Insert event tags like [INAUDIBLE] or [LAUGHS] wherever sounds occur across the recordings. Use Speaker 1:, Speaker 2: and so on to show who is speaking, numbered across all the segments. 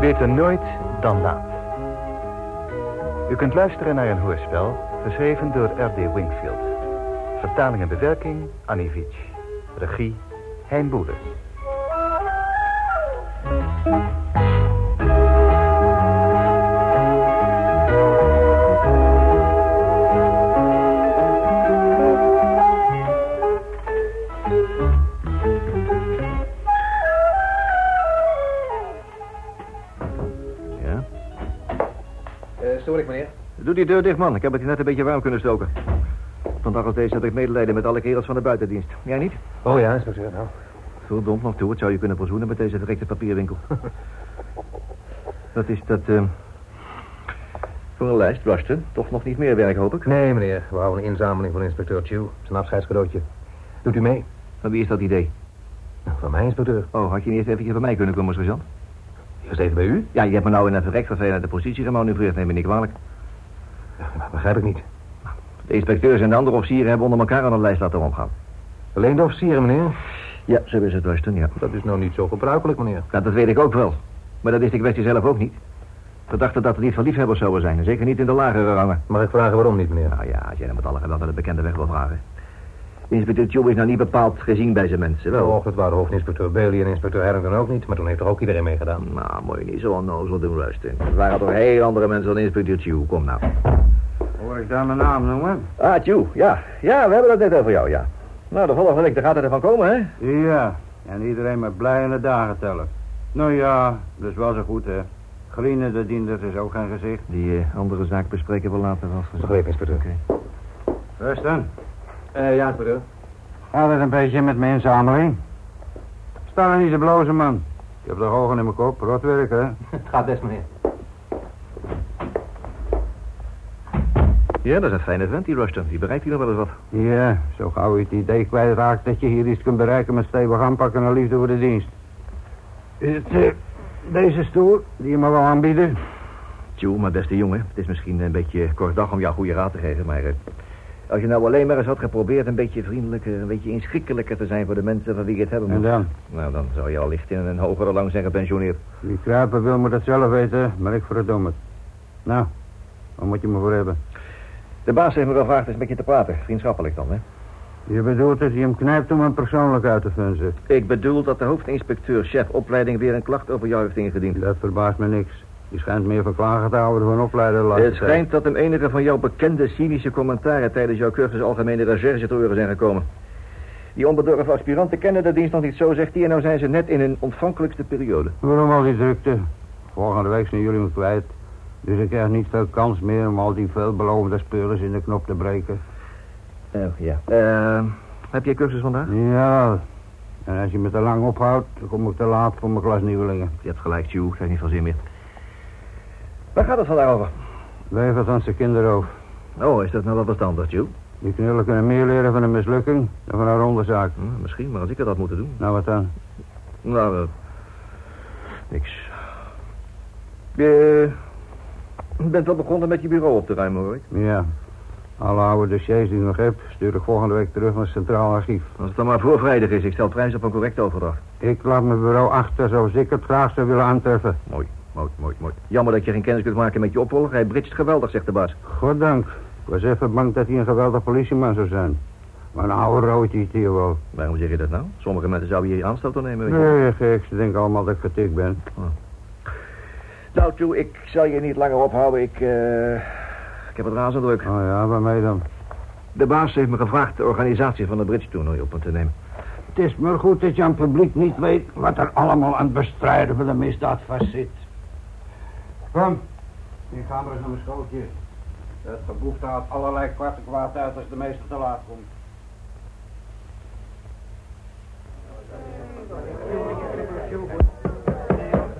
Speaker 1: beter nooit dan laat. U kunt luisteren naar een hoorspel, geschreven door R.D. Wingfield. Vertaling en bewerking, Annie Vitsch. Regie, Hein Boele.
Speaker 2: Ja?
Speaker 3: Eh, stoor ik, meneer?
Speaker 2: Doe die deur dicht, man. Ik heb het hier net een beetje warm kunnen stoken. Vandaag als deze heb ik medelijden met alle kerels van de buitendienst. Jij niet?
Speaker 3: Oh ja, inspecteur, nou.
Speaker 2: Verdomd nog toe. Het zou je kunnen verzoenen met deze verrekte [LAUGHS] papierwinkel. dat is dat... eh, Voor een lijst, Rushton. Toch nog niet meer werk, hoop ik.
Speaker 3: Nee, meneer, we houden een inzameling van inspecteur Chew. Zijn afscheidscadeautje. Doet u mee?
Speaker 2: Van wie is dat idee?
Speaker 3: Nou, Van mij, inspecteur.
Speaker 2: Oh, had je niet even bij mij kunnen komen, sergeant?
Speaker 3: Eerst even bij u?
Speaker 2: Ja, je hebt me nou in een verrekt vervelende positie gemanoeuvreerd. Neem me niet kwalijk.
Speaker 3: Dat begrijp ik niet.
Speaker 2: De inspecteurs en de andere officieren hebben onder elkaar aan een lijst laten omgaan.
Speaker 3: Alleen de officieren, meneer?
Speaker 2: Ja, zo is het, Rushton, ja.
Speaker 3: Dat is nou niet zo gebruikelijk, meneer.
Speaker 2: Nou, dat weet ik ook wel. Maar dat is de kwestie zelf ook niet. We dachten dat het niet van liefhebbers zouden zijn. en Zeker niet in de lagere rangen.
Speaker 3: Mag ik vragen waarom niet, meneer?
Speaker 2: Nou ja, als jij dan met alle geweld aan de bekende weg wil vragen. Inspecteur Tjoe is nou niet bepaald gezien bij zijn mensen, wel?
Speaker 3: Och, dat waren hoofdinspecteur Bailey en inspecteur Harrington ook niet, maar toen heeft toch ook iedereen meegedaan.
Speaker 2: Nou, moet je niet zo onnozel doen, Rustin. Het waren toch heel andere mensen dan inspecteur Tjoe. Kom nou.
Speaker 4: Hoor ik daar mijn naam noemen?
Speaker 2: Ah, Tjoe, ja. Ja, we hebben het net over jou, ja. Nou, de volgende week, daar gaat het ervan komen, hè?
Speaker 4: Ja, en iedereen maar blij in de dagen tellen. Nou ja, dus was het goed, hè. Grienen, de diender is ook geen gezicht.
Speaker 2: Die eh, andere zaak bespreken we later wel.
Speaker 3: Begrepen, inspecteur.
Speaker 4: Rusten,
Speaker 3: Eh, ja, inspecteur.
Speaker 4: gaat het een beetje met mijn inzameling? Sta er niet te blozen, man. Ik heb de ogen in mijn kop, rotwerk, hè.
Speaker 3: [LAUGHS] Het gaat best, meneer.
Speaker 2: Ja, dat is een fijne vent, die Rustin. Die bereikt hier nog wel eens wat.
Speaker 4: Ja, zo gauw je het idee kwijtraakt dat je hier iets kunt bereiken met stevig aanpakken en liefde voor de dienst. Is het eh, deze stoel die je me wil aanbieden?
Speaker 2: Tjoe, mijn beste jongen. Het is misschien een beetje kort dag om jou goede raad te geven, maar... eh, als je nou alleen maar eens had geprobeerd een beetje vriendelijker, een beetje inschikkelijker te zijn voor de mensen van wie je het hebben
Speaker 4: En
Speaker 2: moet.
Speaker 4: dan?
Speaker 2: Nou, dan zou je allicht in een hogere lang zijn gepensioneerd.
Speaker 4: Wie kruipen wil moet dat zelf weten, maar ik verdomme het. Nou, waar moet je me voor hebben?
Speaker 2: De baas heeft me gevraagd eens met je te praten. Vriendschappelijk dan, hè?
Speaker 4: Je bedoelt dat je hem knijpt om hem persoonlijk uit te funzen.
Speaker 2: Ik bedoel dat de hoofdinspecteur, chef opleiding, weer een klacht over jou heeft ingediend.
Speaker 4: Dat verbaast me niks. Die schijnt meer van klagen te houden dan van opleider laten
Speaker 2: Het schijnt dat hem enige van jouw bekende cynische commentaren tijdens jouw cursus algemene recherche te oren zijn gekomen. Die onbedorven aspiranten kennen de dienst nog niet zo, zegt hij, en nou zijn ze net in hun ontvankelijkste periode.
Speaker 4: Waarom al die drukte? Volgende week zijn jullie me kwijt. Dus ik krijg niet veel kans meer om al die veelbelovende spullen in de knop te breken.
Speaker 2: Oh, ja. Ehm, heb jij cursus vandaag?
Speaker 4: Ja, en als je me te lang ophoudt, dan kom ik te laat voor mijn klas nieuwelingen.
Speaker 2: Je hebt gelijk, Sue. Ik heb niet veel zin meer. Waar gaat het vandaag over?
Speaker 4: Levert ons de kinderen over.
Speaker 2: Oh, is dat nou wel verstandig, Sue?
Speaker 4: Die knullen kunnen meer leren van een mislukking dan van een ronde zaak.
Speaker 2: Hm, misschien, maar als ik het had moeten doen.
Speaker 4: Nou, wat dan?
Speaker 2: Nou, eh, niks. Je bent Eh, wel begonnen met je bureau op te ruimen, hoor ik.
Speaker 4: Ja. Alle oude dossiers die ik nog heb, stuur ik volgende week terug naar het Centraal Archief.
Speaker 2: Als het dan maar voor vrijdag is, ik stel prijs op een correcte overdracht.
Speaker 4: Ik laat mijn bureau achter zoals ik het graag zou willen aantreffen.
Speaker 2: Mooi, mooi, mooi, mooi. Jammer dat je geen kennis kunt maken met je opvolger. Hij britst geweldig, zegt de baas.
Speaker 4: Goddank. Ik was even bang dat hij een geweldig politieman zou zijn. Maar een oude roodje is hier wel.
Speaker 2: Waarom zeg je dat nou? Sommige mensen zouden hier aanstoot aan nemen. weet je. Oh,
Speaker 4: Nee, gek. Ze denken allemaal dat ik getikt ben.
Speaker 2: Nou, toe, ik zal je niet langer ophouden. Ik, eh, ik heb het razend druk.
Speaker 4: Oh ja, bij mij dan.
Speaker 2: De baas heeft me gevraagd de organisatie van de Brits toernooi op me te nemen.
Speaker 4: Het is maar goed dat je aan het publiek niet weet wat er allemaal aan het bestrijden van de misdaad vastzit. Kom, ik ga maar eens naar mijn schootje. Dat geboefte haalt allerlei kwarte kwaad uit als de meester te laat komt.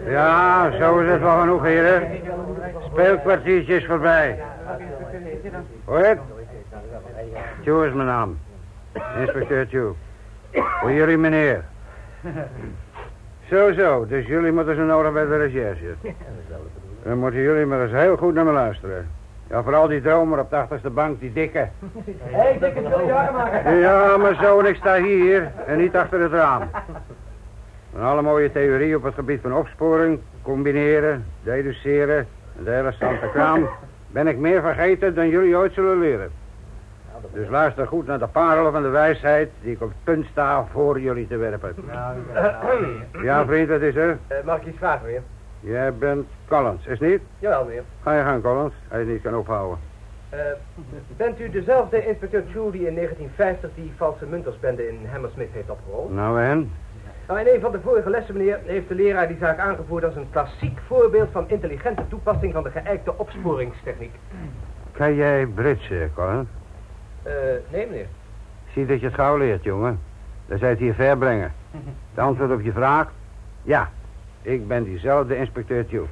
Speaker 4: Ja, zo is het wel genoeg, heren. Speelkwartiertje is voorbij. Hoor je het? Tjoe is mijn naam. Inspecteur Tjoe. Voor jullie, meneer. Zo, zo. Dus jullie moeten zo nodig bij de recherche. Dan moeten jullie maar eens heel goed naar me luisteren. Ja, vooral die dromer op de achterste bank, die dikke.
Speaker 3: Hé, dikke, wil je maken?
Speaker 4: Ja, maar zo, en ik sta hier en niet achter het raam. Van alle mooie theorieën op het gebied van opsporing, combineren, deduceren en de hele Santa Kraam... ben ik meer vergeten dan jullie ooit zullen leren. Dus luister goed naar de parelen van de wijsheid die ik op het punt sta voor jullie te werpen. Ja, vriend, wat is er?
Speaker 5: Nou, eh, mag ik iets vragen, meneer?
Speaker 4: Jij bent Collins, is niet?
Speaker 5: Jawel, meneer. Eh,
Speaker 4: Ga je gang, Collins, als je niet kan ophouden.
Speaker 5: bent u dezelfde inspecteur Chew die in 1950 die valse muntersbende in Hammersmith heeft opgerold?
Speaker 4: Nou en?
Speaker 5: Nou, in een van de vorige lessen, meneer, heeft de leraar die zaak aangevoerd als een klassiek voorbeeld van intelligente toepassing van de geëikte opsporingstechniek.
Speaker 4: Kan jij Brits, eh, Collins?
Speaker 5: Eh, nee, meneer.
Speaker 4: Zie dat je het gauw leert, jongen. Dan zij het hier ver brengen. Het antwoord op je vraag? Ja, ik ben diezelfde inspecteur Chew.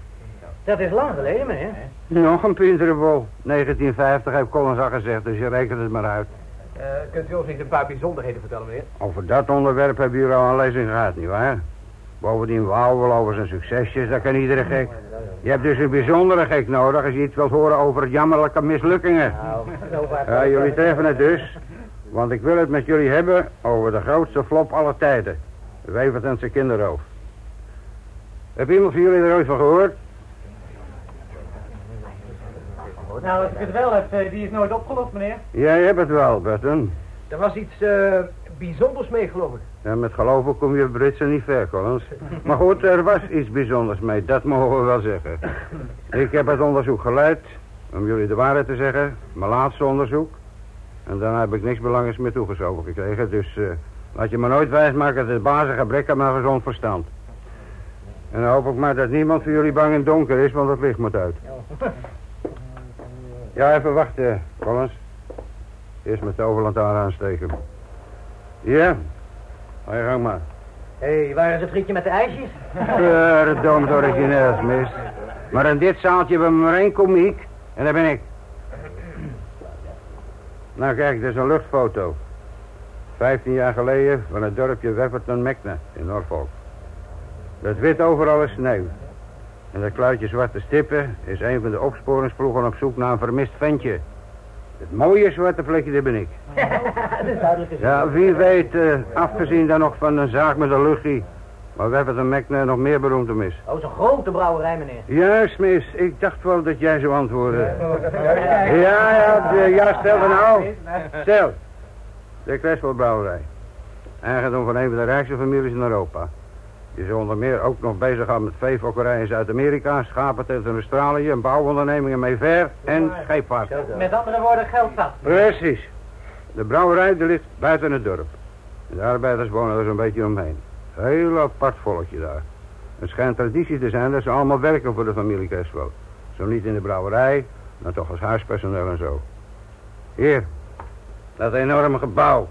Speaker 5: Dat is lang geleden, meneer.
Speaker 4: Nog een Pinterbol. 1950 heeft Collins al gezegd, dus je rekent het maar uit.
Speaker 5: Eh, kunt u ons niet een paar bijzonderheden vertellen, meneer?
Speaker 4: Over dat onderwerp hebben jullie al een lezing gehad, nietwaar? Bovendien wauw wel over zijn succesjes, dat kan iedere gek. Je hebt dus een bijzondere gek nodig als je iets wilt horen over jammerlijke mislukkingen.
Speaker 5: Nou, zo vaak.
Speaker 4: Ja, jullie treffen het
Speaker 5: [LAUGHS]
Speaker 4: dus. Want ik wil het met jullie hebben over de grootste flop aller tijden. Wevert en zijn kinderroof. Heb iemand van jullie er ooit van gehoord?
Speaker 6: Nou, als ik het wel heb, eh, die is nooit opgelost, meneer.
Speaker 4: Jij hebt het wel, Burton.
Speaker 5: Er was iets eh, bijzonders mee, geloof ik.
Speaker 4: En met geloven kom je Britsen niet ver, Collins. Maar goed, er was iets bijzonders mee, dat mogen we wel zeggen. Ik heb het onderzoek geleid, om jullie de waarheid te zeggen, mijn laatste onderzoek. En daarna heb ik niks belangrijks meer toegeschoven gekregen, dus eh, laat je me nooit wijsmaken dat het basis gebrek aan mijn gezond verstand. En dan hoop ik maar dat niemand van jullie bang en donker is, want het licht moet uit. Ja, even wachten, Collins. Eerst met de overlantaarn aansteken. Ja, Ga je gang maar.
Speaker 5: Hé, hey, waar is het frietje met de
Speaker 6: [LAUGHS]
Speaker 5: ijsjes?
Speaker 4: Verdomd origineels, mis. Maar in dit zaaltje hebben we maar één komiek. En dat ben ik. Nou kijk, dit is een luchtfoto. Vijftien jaar geleden van het dorpje Weverton Mekne in Norfolk. Dat wit overal is sneeuw. En dat kluitje zwarte stippen is een van de opsporingsploegen op zoek naar een vermist ventje. Het mooie zwarte vlekje, daar ben ik.
Speaker 5: dat is duidelijk gezien.
Speaker 4: Ja, wie weet, eh, afgezien dan nog van een zaak met een luchtie. Maar we hebben de Mekne nog meer beroemd om is.
Speaker 5: Oh, zo'n grote brouwerij, meneer.
Speaker 4: Juist, mis. Ik dacht wel dat jij zou antwoorden. Ja, ja, de- ja, stel er nou. Stel. De Creswell-brouwerij. Eigendom van een van de rijkste families in Europa. Die is onder meer ook nog bezig aan met veefokkerijen in Zuid-Amerika, schapentent in Australië, een bouwonderneming in Mayfair en scheepvaart.
Speaker 6: Met andere woorden, geld zat.
Speaker 4: Precies. De brouwerij die ligt buiten het dorp. En de arbeiders wonen er zo'n beetje omheen. Heel apart volkje daar. Het schijnt traditie te zijn dat ze allemaal werken voor de familie Creswell. Zo niet in de brouwerij, maar toch als huispersoneel en zo. Hier, dat enorme gebouw.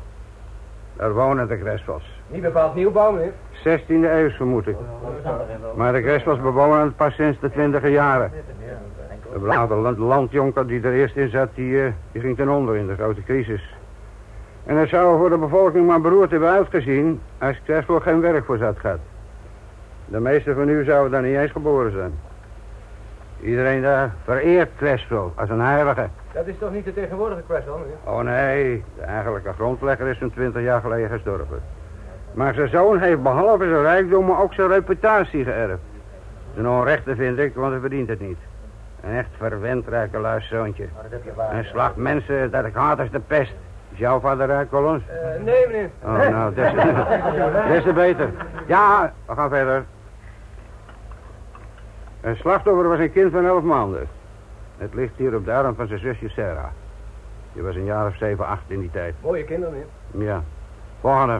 Speaker 4: Daar wonen de Creswells.
Speaker 5: Niet bepaald nieuwbouw, meneer.
Speaker 4: 16e eeuw vermoed ik. Maar de rest was bewonen het pas sinds de twintiger jaren. De blauwe land- landjonker die er eerst in zat, die, eh, die ging ten onder in de grote crisis. En dat zou voor de bevolking maar beroerd hebben uitgezien als Creswell geen werk voor zat gehad. De meesten van u zouden daar niet eens geboren zijn. Iedereen daar vereert Creswell als een heilige.
Speaker 5: Dat is toch niet de tegenwoordige Creswell, meneer?
Speaker 4: Oh nee, de eigenlijke grondlegger is zo'n twintig jaar geleden gestorven. Maar zijn zoon heeft behalve zijn rijkdommen ook zijn reputatie geërfd. Ten onrechte vind ik, want hij verdient het niet. Een echt verwend rijke luiszoontje. Een slag mensen dat ik haat als de pest. Is jouw vader rijk, Collins?
Speaker 5: Eh, nee, meneer.
Speaker 4: Oh, nou, des [LAUGHS] te, des te beter. Ja, we gaan verder. Een slachtoffer was een kind van elf maanden. Het ligt hier op de arm van zijn zusje Sarah. Die was een jaar of zeven, acht in die tijd.
Speaker 5: Mooie kinderen, meneer.
Speaker 4: Ja. Volgende.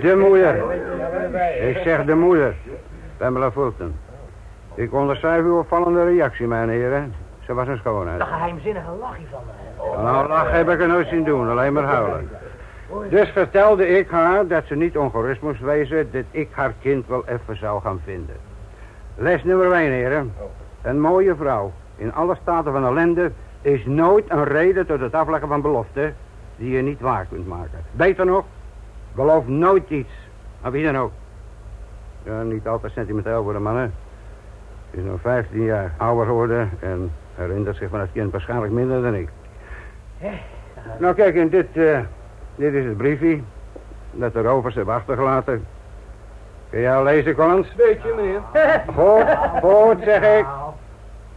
Speaker 4: De moeder. Ik zeg de moeder. Pamela Fulton. Ik onderschrijf uw opvallende reactie, mijn heren. Ze was een schoonheid.
Speaker 5: Geheimzinnige lachje van haar.
Speaker 4: Nou, lachen heb ik er nooit zien doen, alleen maar huilen. Dus vertelde ik haar dat ze niet ongerust moest wezen... dat ik haar kind wel even zou gaan vinden. Les nummer 1, heren. Een mooie vrouw in alle staten van ellende... is nooit een reden tot het afleggen van beloften... die je niet waar kunt maken. Beter nog, beloof nooit iets. Aan wie dan ook. Ja, niet altijd sentimenteel voor de mannen. Ze is nog 15 jaar ouder geworden... en herinnert zich van het kind waarschijnlijk minder dan ik. Nou kijk, en dit, eh, dit is het briefje. Dat de rovers hebben achtergelaten. Kun jij al lezen, Collins?
Speaker 5: Beetje, meneer.
Speaker 4: Goed, goed, zeg ik.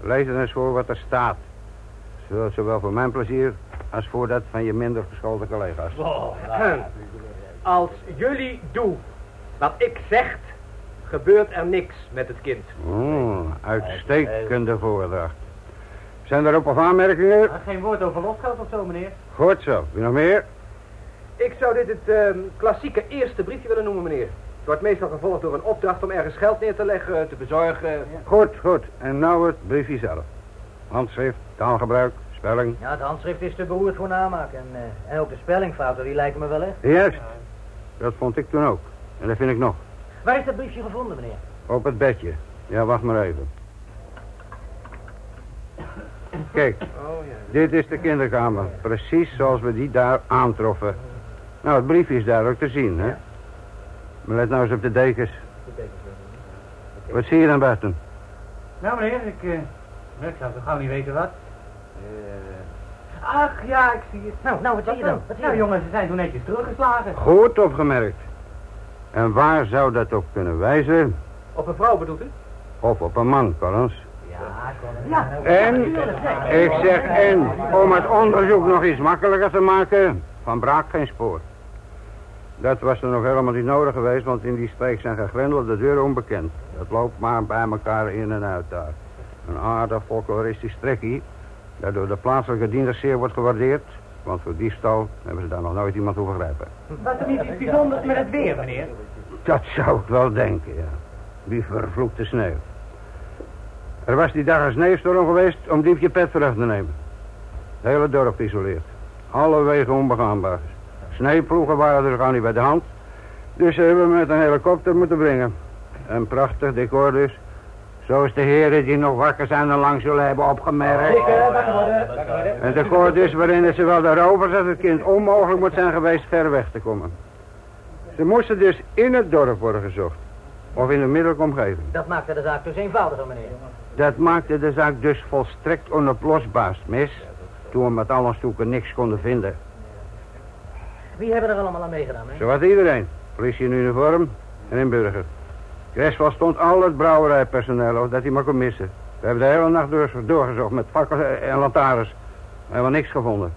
Speaker 4: Lees het eens voor wat er staat. Zo- Zowel voor mijn plezier als voor dat van je minder geschoolde collega's.
Speaker 5: Oh, Als jullie doen wat ik zeg, gebeurt er niks met het kind.
Speaker 4: Mm, uitstekende voordracht. Zijn er op of aanmerkingen?
Speaker 6: Ah, Geen woord over losgeld of zo, meneer.
Speaker 4: Goed zo. Wie nog meer?
Speaker 5: Ik zou dit het ehm, klassieke eerste briefje willen noemen, meneer. Het wordt meestal gevolgd door een opdracht om ergens geld neer te leggen, te bezorgen.
Speaker 4: Goed, goed. En nou het briefje zelf. Handschrift, taalgebruik, spelling.
Speaker 3: Ja, het handschrift is te beroerd voor namaak. En, eh, en ook de spellingfouten, die lijken me wel echt.
Speaker 4: Juist. Dat vond ik toen ook. En dat vind ik nog.
Speaker 3: Waar is dat briefje gevonden, meneer?
Speaker 4: Op het bedje. Ja, wacht maar even. Kijk,
Speaker 5: Oh ja.
Speaker 4: dit is de kinderkamer. Precies zoals we die daar aantroffen. Nou, het briefje is duidelijk te zien, hè? Maar let nou eens op de dekens. Wat zie je dan buiten?
Speaker 6: Nou, meneer, ik, eh, ik zou zo gauw niet weten wat. Eh, Ach, ja, ik zie het.
Speaker 3: Nou, nou, wat zie je dan? Wat zie je
Speaker 6: nou,
Speaker 3: dan?
Speaker 6: jongens, ze zijn toen netjes teruggeslagen.
Speaker 4: Goed opgemerkt. En waar zou dat op kunnen wijzen?
Speaker 5: Op een vrouw bedoelt u?
Speaker 4: Of op een man, Collins.
Speaker 3: Ja,
Speaker 6: Ja.
Speaker 4: En, ik zeg en, om het onderzoek nog iets makkelijker te maken, van Braak geen spoor. Dat was er nog helemaal niet nodig geweest, want in die streek zijn gegrendelde deuren onbekend. Dat loopt maar bij elkaar in en uit daar. Een aardig folkloristisch trekkie, dat door de plaatselijke dienst zeer wordt gewaardeerd. Want voor diefstal hebben ze daar nog nooit iemand hoeven grijpen.
Speaker 6: Was er niet iets bijzonders met het weer, meneer?
Speaker 4: Dat zou ik wel denken, ja. Die vervloekte sneeuw. Er was die dag een sneeuwstorm geweest om diep je pet terug te nemen. Het hele dorp geïsoleerd. Alle wegen onbegaanbaar. Sneeuwploegen waren er gewoon niet bij de hand. Dus ze hebben me met een helikopter moeten brengen. Een prachtig decor dus. Zoals de heren die nog wakker zijn en lang zullen hebben opgemerkt.
Speaker 6: wakker worden, wakker worden.
Speaker 4: Een decor dus waarin het zowel de rovers als het kind onmogelijk moet zijn geweest ver weg te komen. Ze moesten dus in het dorp worden gezocht. Of in de middellijke omgeving.
Speaker 3: dat maakte de zaak dus eenvoudiger, meneer.
Speaker 4: Dat maakte de zaak dus volstrekt onoplosbaar, mis. Toen we met al ons zoeken niks konden vinden.
Speaker 3: Wie hebben er allemaal aan meegedaan, meneer?
Speaker 4: Zowat iedereen. Politie in uniform en in burger. Creswell stond al het brouwerijpersoneel of dat hij maar kon missen. We hebben de hele nacht door, doorgezocht met fakkels en lantaarns. We hebben niks gevonden.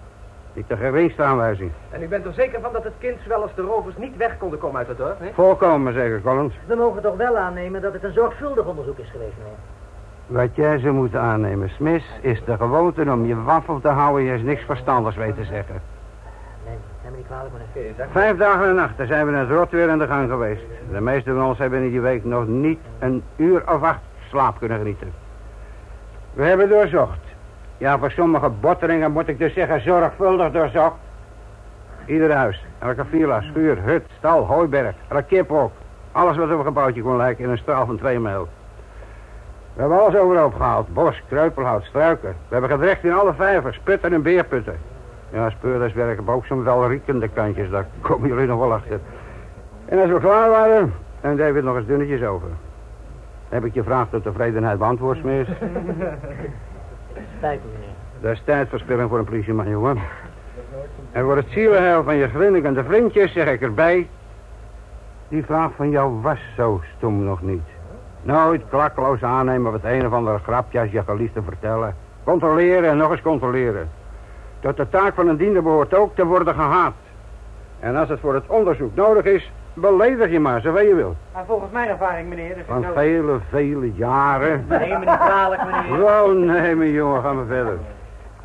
Speaker 4: Niet de geringste aanwijzing.
Speaker 5: En u bent er zeker van dat het kind, zowel als de rovers, niet weg konden komen uit het dorp, hè?
Speaker 4: Volkomen zeker, Collins.
Speaker 3: We mogen toch wel aannemen dat het een zorgvuldig onderzoek is geweest, meneer.
Speaker 4: Wat jij zou moeten aannemen, Smith, is de gewoonte om je waffel te houden. Je is niks verstandigs mee te zeggen.
Speaker 3: Nee, neem me niet kwalijk, meneer.
Speaker 4: Vijf dagen en nachten zijn we in het rot weer aan de gang geweest. De meesten van ons hebben in die week nog niet een uur of acht slaap kunnen genieten. We hebben doorzocht. Ja, voor sommige botteringen moet ik dus zeggen zorgvuldig doorzocht. Ieder huis, elke villa, schuur, hut, stal, hooiberg, rakkeerpok. Alles wat op een gebouwtje kon lijken in een straal van twee mijl. We hebben alles overhoop gehaald. Bos, kreupelhout, struiken. We hebben gedrecht in alle vijvers, putten en beerputten. Ja, speurders werken op ook zo'n welriekende kantjes. Daar komen jullie nog wel achter. En als we klaar waren, dan deed we het nog eens dunnetjes over. Heb ik je vraag tot tevredenheid beantwoord, Smeers?
Speaker 3: Spijt me, meneer.
Speaker 4: Dat is tijdverspilling voor een politieman, jongen. En voor het zielenheil van je grinnikende vriendjes zeg ik erbij... Die vraag van jou was zo stom nog niet. Nooit klakkeloos aannemen wat een of ander grapje als je geliefde vertellen. Controleren en nog eens controleren. Tot de taak van een diender behoort ook te worden gehaat. En als het voor het onderzoek nodig is, beledig je maar zoveel je wil.
Speaker 6: Maar volgens mijn ervaring, meneer, is het
Speaker 4: Van
Speaker 6: zo...
Speaker 4: vele, vele jaren.
Speaker 3: Neem me niet kwalijk,
Speaker 5: [LAUGHS]
Speaker 3: meneer.
Speaker 4: Wel, nee, mijn jongen, gaan we verder.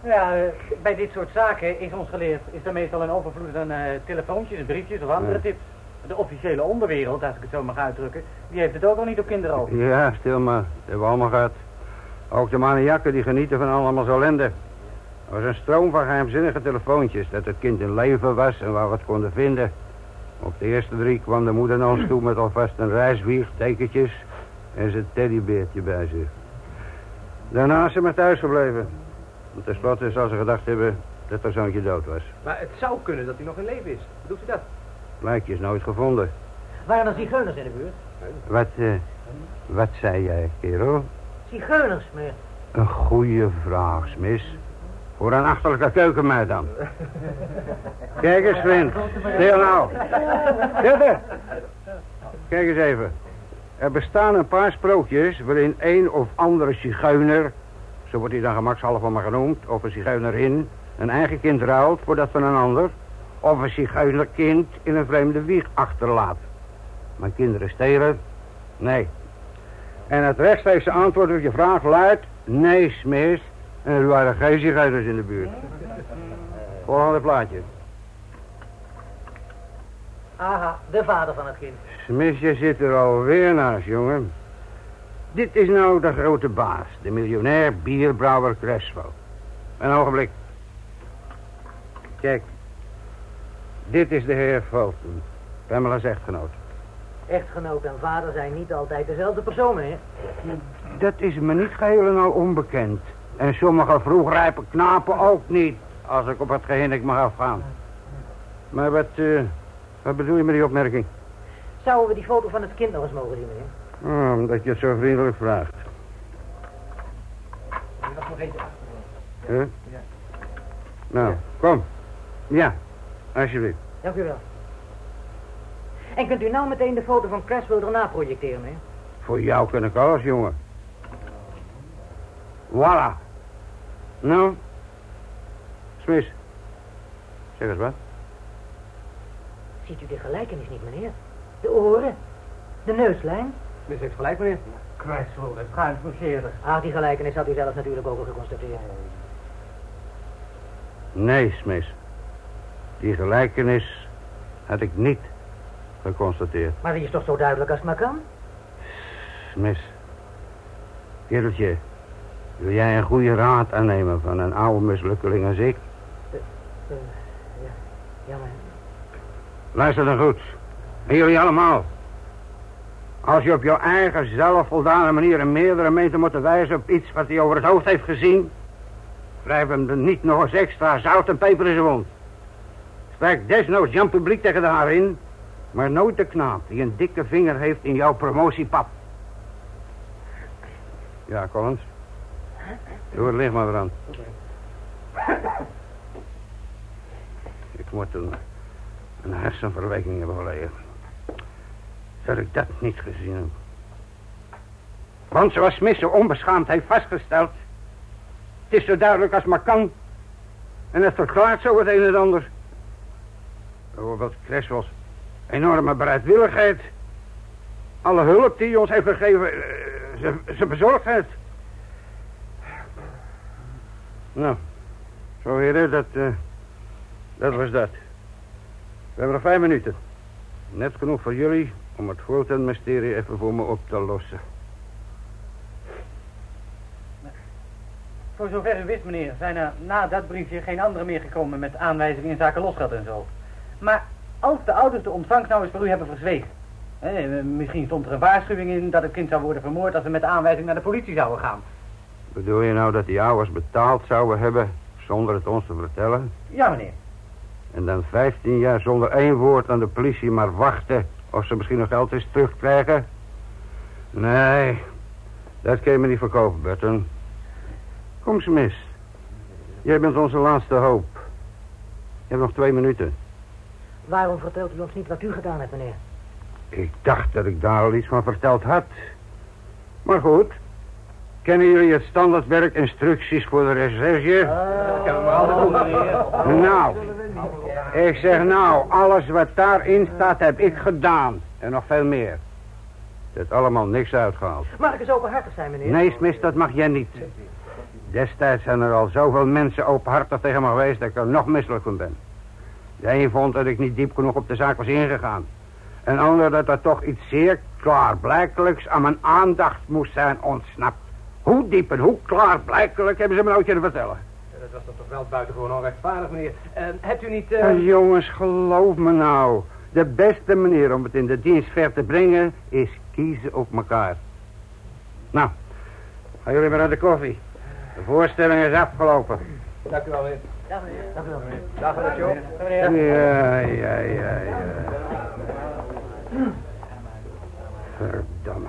Speaker 6: Ja, eh, bij dit soort zaken is ons geleerd, is er meestal een overvloed aan eh, telefoontjes, briefjes of andere
Speaker 4: Ja.
Speaker 6: tips. De officiële onderwereld, als ik het zo mag uitdrukken, die heeft het ook al niet op kinderoog.
Speaker 4: Ja, stil maar. Dat hebben we allemaal gehad. Ook de maniakken die genieten van allemaal ellende. Er was een stroom van geheimzinnige telefoontjes dat het kind in leven was en waar we het konden vinden. Op de eerste drie kwam de moeder naar ons toe met alvast een reiswieg, tekentjes en zijn teddybeertje bij zich. Daarna is ze maar thuis gebleven. Want tenslotte zou ze gedacht hebben dat haar zoontje dood was.
Speaker 5: Maar het zou kunnen dat hij nog in leven is. Doet u dat?
Speaker 4: Blijkje is nooit gevonden.
Speaker 3: Waren er zigeuners in de buurt?
Speaker 4: Wat, eh, wat zei jij, kerel?
Speaker 3: Zigeuners, meneer.
Speaker 4: Een goede vraag, Smith. Voor een achterlijke keukenmeid dan. Kijk eens, vriend. Stil nou. Zitten. Kijk eens even. Er bestaan een paar sprookjes waarin een of andere zigeuner... zo wordt hij dan gemakshalve maar genoemd... of een zigeunerin een eigen kind ruilt voor dat van een ander... of een zigeunerkind in een vreemde wieg achterlaat. Mijn kinderen stelen? Nee. En het rechtstreekse antwoord op je vraag luidt... nee, smees. En er waren geen zigeuners in de buurt. Volgende plaatje.
Speaker 6: [LAUGHS] Aha, de vader van het kind.
Speaker 4: Smith, je zit er alweer naast, jongen. Dit is nou de grote baas, de miljonair bierbrouwer Crespo. Een ogenblik. Kijk. Dit is de heer Fulton, Pamela's echtgenoot.
Speaker 6: Echtgenoot en vader zijn niet altijd dezelfde persoon, meneer.
Speaker 4: Dat is me niet geheel en al onbekend. En sommige vroegrijpe knapen ook niet, als ik op het gehinnik mag afgaan. Maar wat, eh, wat bedoel je met die opmerking?
Speaker 6: Zouden we die foto van het kind nog eens mogen zien, meneer?
Speaker 4: Oh, omdat je het zo vriendelijk vraagt. Huh? Nou, kom. Ja, alsjeblieft.
Speaker 6: Dank u wel. En kunt u nou meteen de foto van Creswell erna projecteren, meneer?
Speaker 4: Voor jou kan ik alles, jongen. Voilà. Nou, Smith. Zeg eens wat.
Speaker 6: Ziet u de gelijkenis niet, meneer? De oren, de neuslijn.
Speaker 5: Miss heeft gelijk, meneer.
Speaker 3: Creswell, dat gaat verkeerd.
Speaker 6: Ach, Ah, die gelijkenis had u zelf natuurlijk ook al geconstateerd.
Speaker 4: Nee, Smith. Die gelijkenis had ik niet geconstateerd.
Speaker 6: Maar die is toch zo duidelijk als het maar kan?
Speaker 4: Smith. Kereltje, wil jij een goede raad aannemen van een oude mislukkeling als ik?
Speaker 6: Ja, maar...
Speaker 4: Luister dan goed. En jullie allemaal. Als je op jouw eigen zelfvoldane manier een meerdere mensen moet wijzen op iets wat hij over het hoofd heeft gezien, wrijf hem dan niet nog eens extra zout en peper in zijn wond. Spreek desnoods Jan Publiek tegen de haar in, maar nooit de knaap die een dikke vinger heeft in jouw promotiepap. Ja, Collins. Doe het licht maar weer aan. Ik moet een een hersenverwijking hebben geleden. Dat ik dat niet gezien heb. Want zoals Smith zo onbeschaamd heeft vastgesteld... het is zo duidelijk als maar kan. En het verklaart zo het een en het ander.
Speaker 7: Oh,
Speaker 4: Bijvoorbeeld Creswell's enorme bereidwilligheid. Alle hulp die hij ons heeft gegeven. eh, zijn- zijn bezorgdheid. Nou, zo heren, dat, eh, dat was dat. We hebben nog vijf minuten. Net genoeg voor jullie om het grote mysterie even voor me op te lossen.
Speaker 3: Voor zover u wist, meneer, zijn er na dat briefje geen anderen meer gekomen met aanwijzingen in zaken losgeld en zo. Maar als de ouders de ontvangst nou eens voor u hebben verzwegen. Hè, eh, misschien stond er een waarschuwing in dat het kind zou worden vermoord als we met de aanwijzing naar de politie zouden gaan.
Speaker 4: Bedoel je nou dat die ouders betaald zouden hebben zonder het ons te vertellen?
Speaker 3: Ja, meneer.
Speaker 4: En dan vijftien jaar zonder één woord aan de politie maar wachten of ze misschien nog geld eens terugkrijgen? Nee, dat kun je me niet verkopen, Burton. Kom, Smith. Jij bent onze laatste hoop. Je hebt nog twee minuten.
Speaker 6: Waarom vertelt u ons niet wat u gedaan hebt, meneer?
Speaker 4: Ik dacht dat ik daar al iets van verteld had. Maar goed. Kennen jullie het standaardwerk instructies voor de recherche?
Speaker 5: Dat kennen we altijd goed, meneer.
Speaker 4: Nou, ik zeg nou, alles wat daarin staat heb ik gedaan. En nog veel meer. Dat allemaal niks uitgehaald.
Speaker 6: Mag ik eens openhartig zijn, meneer?
Speaker 4: Nee, Smith, dat mag jij niet. Destijds zijn er al zoveel mensen openhartig tegen me geweest dat ik er nog misselijk van ben. De een vond dat ik niet diep genoeg op de zaak was ingegaan. Een ander dat er toch iets zeer klaarblijkelijks aan mijn aandacht moest zijn ontsnapt. Hoe diep en hoe klaarblijkelijk hebben ze me nooit kunnen vertellen.
Speaker 5: Dat was dan toch wel buitengewoon onrechtvaardig, meneer. Eh, hebt u niet...
Speaker 4: Eh,
Speaker 5: eh,
Speaker 4: jongens, geloof me nou. De beste manier om het in de dienst ver te brengen is kiezen op elkaar. Nou, gaan jullie maar naar de koffie. De voorstelling is afgelopen.
Speaker 5: Dank u wel, meneer.
Speaker 6: Dag, meneer. Dank u wel, meneer.
Speaker 5: Dag, meneer. Jo.
Speaker 4: Ja, ja, ja, ja. Verdamme.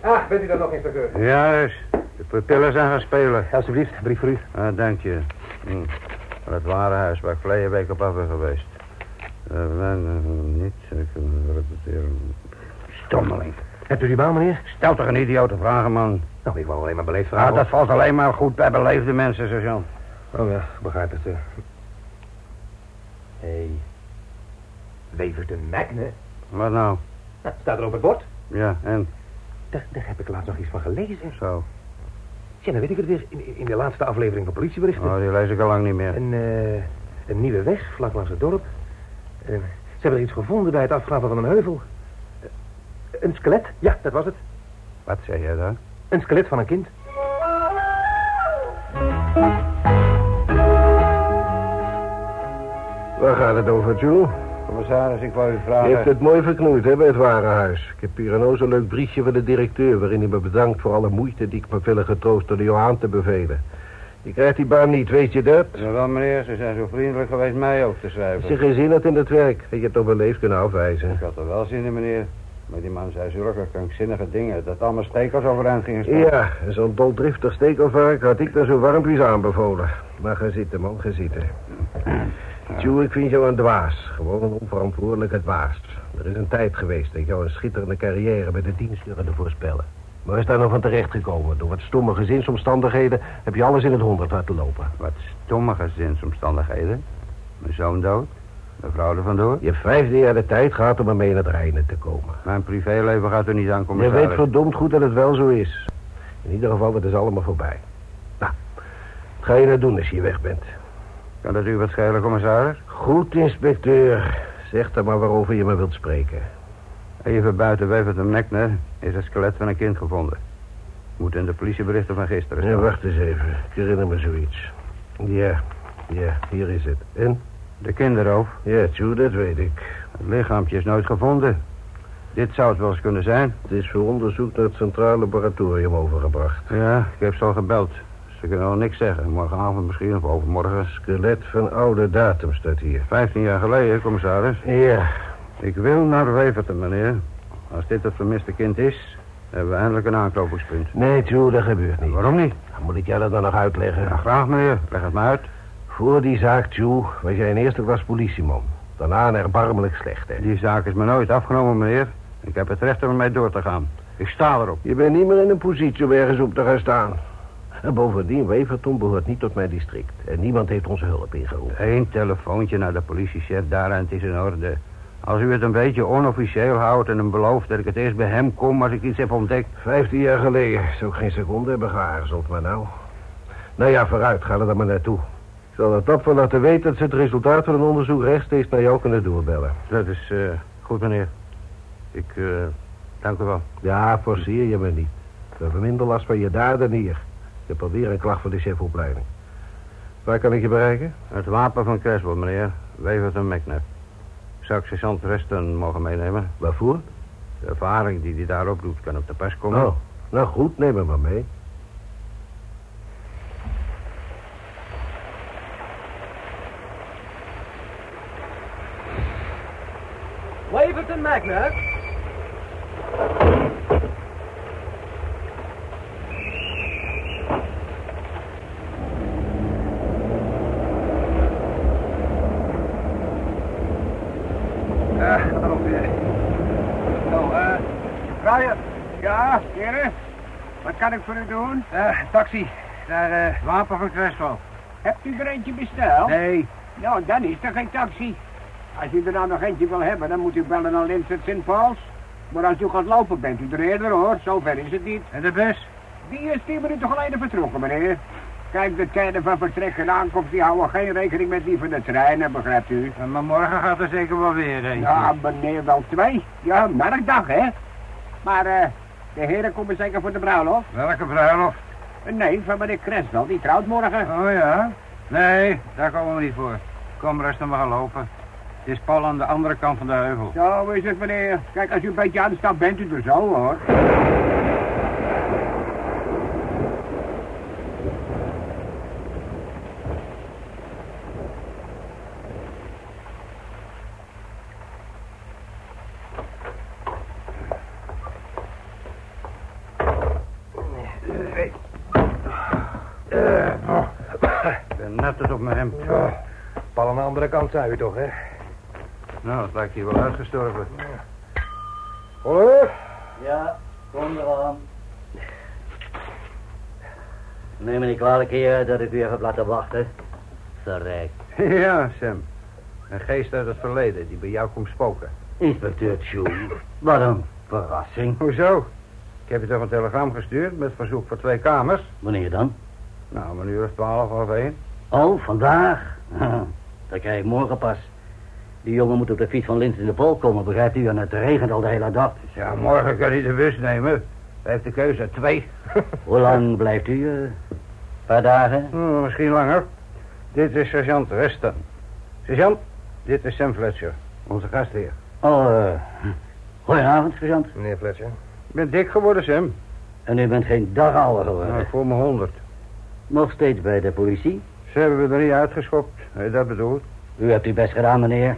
Speaker 5: Ah, Ah, bent u dan nog, inspecteur?
Speaker 4: Juist. De pupillen zijn gaan spelen.
Speaker 1: Alsjeblieft, brief voor u.
Speaker 4: Ah, dank je. Hm. Van het warenhuis waar ik verleden week op af ben geweest. Eh, ben, eh, niet, ik eh, repeteren. Stommeling.
Speaker 3: Hebt u die baan, meneer?
Speaker 4: Stel toch een idiote vragen, man.
Speaker 3: Nou, ik wou alleen maar
Speaker 4: Ah,
Speaker 3: beleefd vragen.
Speaker 4: dat valt alleen maar goed bij beleefde mensen, sergeant.
Speaker 3: Oh ja, ik begrijp het.
Speaker 2: eh.
Speaker 3: Hé. Hey. Weverden Magne?
Speaker 4: Wat nou?
Speaker 3: Nou, staat er op het bord.
Speaker 4: Ja, en
Speaker 3: Daar, daar heb ik laatst nog iets van gelezen.
Speaker 4: zo.
Speaker 3: Ja, dan weet ik het weer. In, in de laatste aflevering van politieberichten.
Speaker 4: Oh, die lees ik al lang niet meer.
Speaker 3: Een, eh, een nieuwe weg, vlak langs het dorp. Eh, ze hebben er iets gevonden bij het afgraven van een heuvel. Eh, een skelet? Ja, dat was het.
Speaker 4: Wat zei jij daar?
Speaker 3: Een skelet van een kind.
Speaker 8: Waar gaat het over, Jules?
Speaker 4: Commissaris, ik wou u
Speaker 8: Je
Speaker 4: vragen.
Speaker 8: hebt het mooi verknoeid, hè, bij het warenhuis. Ik heb hier een o zo leuk briefje van de directeur... waarin hij me bedankt voor alle moeite die ik me willen getroost door jou aan te bevelen. Je krijgt die baan niet, weet je dat?
Speaker 4: Jawel, meneer, ze zijn zo vriendelijk geweest mij ook te schrijven.
Speaker 8: Als je geen zin had in het werk, had je het toch wel leef kunnen afwijzen.
Speaker 4: Ik had er wel zin in, meneer. Maar die man zei zulke krankzinnige dingen dat allemaal stekels overeind gingen staan.
Speaker 8: Ja, zo'n doldriftig stekelvark had ik dan zo warmpjes aanbevolen. Maar ga zitten, man, ga zitten. Tjoe, ik vind jou een dwaas. Gewoon een onverantwoordelijke dwaas. Er is een tijd geweest dat ik jou een schitterende carrière bij de dienst durfde voorspellen. Maar is daar nou van terechtgekomen? Door wat stomme gezinsomstandigheden heb je alles in het honderd laten lopen.
Speaker 4: Wat stomme gezinsomstandigheden. Mijn zoon dood. Mijn vrouw er vandoor.
Speaker 8: Je hebt vijfde jaar de tijd gehad om ermee naar het reinen te komen.
Speaker 4: Mijn privéleven gaat er niet aan,
Speaker 8: Je
Speaker 4: commissaris.
Speaker 8: weet verdomd goed dat het wel zo is. In ieder geval, het is allemaal voorbij. Nou, wat ga je nou doen als je hier weg bent?
Speaker 4: Kan dat u wat schelen, commissaris?
Speaker 8: Goed, inspecteur. Zeg dan maar waarover je me wilt spreken.
Speaker 4: Even buiten Wevertem Nekner is het skelet van een kind gevonden. Moet in de politieberichten van gisteren
Speaker 8: Ja,
Speaker 4: staan.
Speaker 8: wacht eens even. Ik herinner me zoiets. Ja, ja, hier is het. En?
Speaker 4: De kinderroof.
Speaker 8: Ja, tjoe, dat weet ik.
Speaker 4: Het lichaampje is nooit gevonden. Dit zou het wel eens kunnen zijn.
Speaker 8: Het is voor onderzoek naar het Centraal Laboratorium overgebracht.
Speaker 4: Ja, ik heb ze al gebeld. Ze kunnen al niks zeggen. Morgenavond misschien of overmorgen.
Speaker 8: Skelet van oude datum staat hier.
Speaker 4: Vijftien jaar geleden, commissaris.
Speaker 8: Ja.
Speaker 4: Ik wil naar Wevertem, meneer. Als dit het vermiste kind is, hebben we eindelijk een aanknopingspunt.
Speaker 8: Nee, tjoe, dat gebeurt niet.
Speaker 4: Waarom niet?
Speaker 8: Dan moet ik jou dat dan nog uitleggen.
Speaker 4: Ja, graag, meneer. Leg het me uit.
Speaker 8: Voor die zaak, tjoe, was jij in eerste klas politieman. Daarna een erbarmelijk slechte.
Speaker 4: Die zaak is me nooit afgenomen, meneer. Ik heb het recht om ermee door te gaan. Ik sta erop.
Speaker 8: Je bent niet meer in een positie om ergens op te gaan staan. En bovendien, Weverton behoort niet tot mijn district. En niemand heeft onze hulp ingeroepen.
Speaker 4: Eén telefoontje naar de politiechef, daaraan het is in orde. Als u het een beetje onofficieel houdt en hem belooft dat ik het eerst bij hem kom als ik iets heb ontdekt.
Speaker 8: Vijftien jaar geleden zou ik geen seconde hebben geaarzeld, maar nou... Nou ja, vooruit, ga er dan maar naartoe. Ik zal er tap van laten weten dat ze het resultaat van een onderzoek rechtstreeks naar jou kunnen doorbellen.
Speaker 4: Dat is eh, goed, meneer. Ik eh, dank u wel.
Speaker 8: Ja, forceer je me niet. We hebben minder last van je daar dan hier. Ik heb alweer een klacht voor de chefopleiding. Waar kan ik je bereiken?
Speaker 4: Het wapen van Creswell, meneer. Wevert en McNabb. Zou ik sergeant Preston mogen meenemen?
Speaker 8: Waarvoor?
Speaker 4: De ervaring die hij daarop doet kan op de pas komen.
Speaker 8: Oh, nou goed, neem hem maar mee.
Speaker 5: Waverton Magnet.
Speaker 3: Nou, eh, Brian. Ja, heren. Wat kan ik voor u doen? taxi. Naar eh, Wapen van Creswell. Hebt u er eentje besteld? Nee. Nou, dan is er geen taxi. Als u er nou nog eentje wil hebben, dan moet u bellen naar Linford St. Paul's. Maar als u gaat lopen, bent u er eerder, hoor. Zover is het niet. En de bus? Die is tien minuten geleden vertrokken, meneer. Kijk, de tijden van vertrek en aankomst, die houden geen rekening met die van de treinen, begrijpt u?
Speaker 4: Maar morgen gaat er zeker wel weer een.
Speaker 3: Ja, meneer, wel twee. Ja, merkdag, hè. Maar eh, de heren komen zeker voor de bruiloft. Eh,
Speaker 4: Welke bruiloft?
Speaker 3: Nee, van meneer Creswell, die trouwt morgen.
Speaker 4: Oh ja? Nee, daar komen we niet voor. Kom rustig maar gaan lopen. Het is Paul aan de andere kant van de heuvel.
Speaker 3: Zo is het, meneer. Kijk, als u een beetje aan de stap bent, u er zo, hoor.
Speaker 4: Ik ben net als op mijn hemd.
Speaker 5: Pal aan de andere kant zijn u toch, hè?
Speaker 4: Nou, het lijkt hier wel uitgestorven.
Speaker 5: Hoor,
Speaker 9: Ja, kom eraan. Neem me niet kwalijk, heer, dat ik u even heb laten wachten. Verrek.
Speaker 4: [LAUGHS] ja, Sam. Een geest uit het verleden die bij jou komt spoken.
Speaker 9: Inspecteur Tjoe, wat een verrassing.
Speaker 4: Hoezo? Ik heb je toch een telegram gestuurd met verzoek voor twee kamers?
Speaker 9: Wanneer dan?
Speaker 4: Nou, om een uur of twaalf of één.
Speaker 9: Oh, vandaag. Dat krijg ik morgen pas. Die jongen moet op de fiets van Lins in de Pool komen, begrijpt u? En het regent al de hele dag.
Speaker 4: Ja, morgen kan hij de bus Dus nemen. Hij heeft de keuze uit twee.
Speaker 9: Hoe lang blijft u? eh? Een paar dagen?
Speaker 4: Hm, misschien langer. Dit is sergeant Weston. Sergeant, dit is Sam Fletcher, onze gastheer.
Speaker 9: Oh, eh, goedenavond, sergeant.
Speaker 5: meneer Fletcher.
Speaker 4: Ik ben dik geworden, Sam.
Speaker 9: En u bent geen dag ouder geworden.
Speaker 4: Nou, ik voel me honderd.
Speaker 9: Nog steeds bij de politie.
Speaker 4: Ze hebben me er niet uitgeschopt. Nee, dat bedoel ik.
Speaker 9: U hebt uw best gedaan, meneer.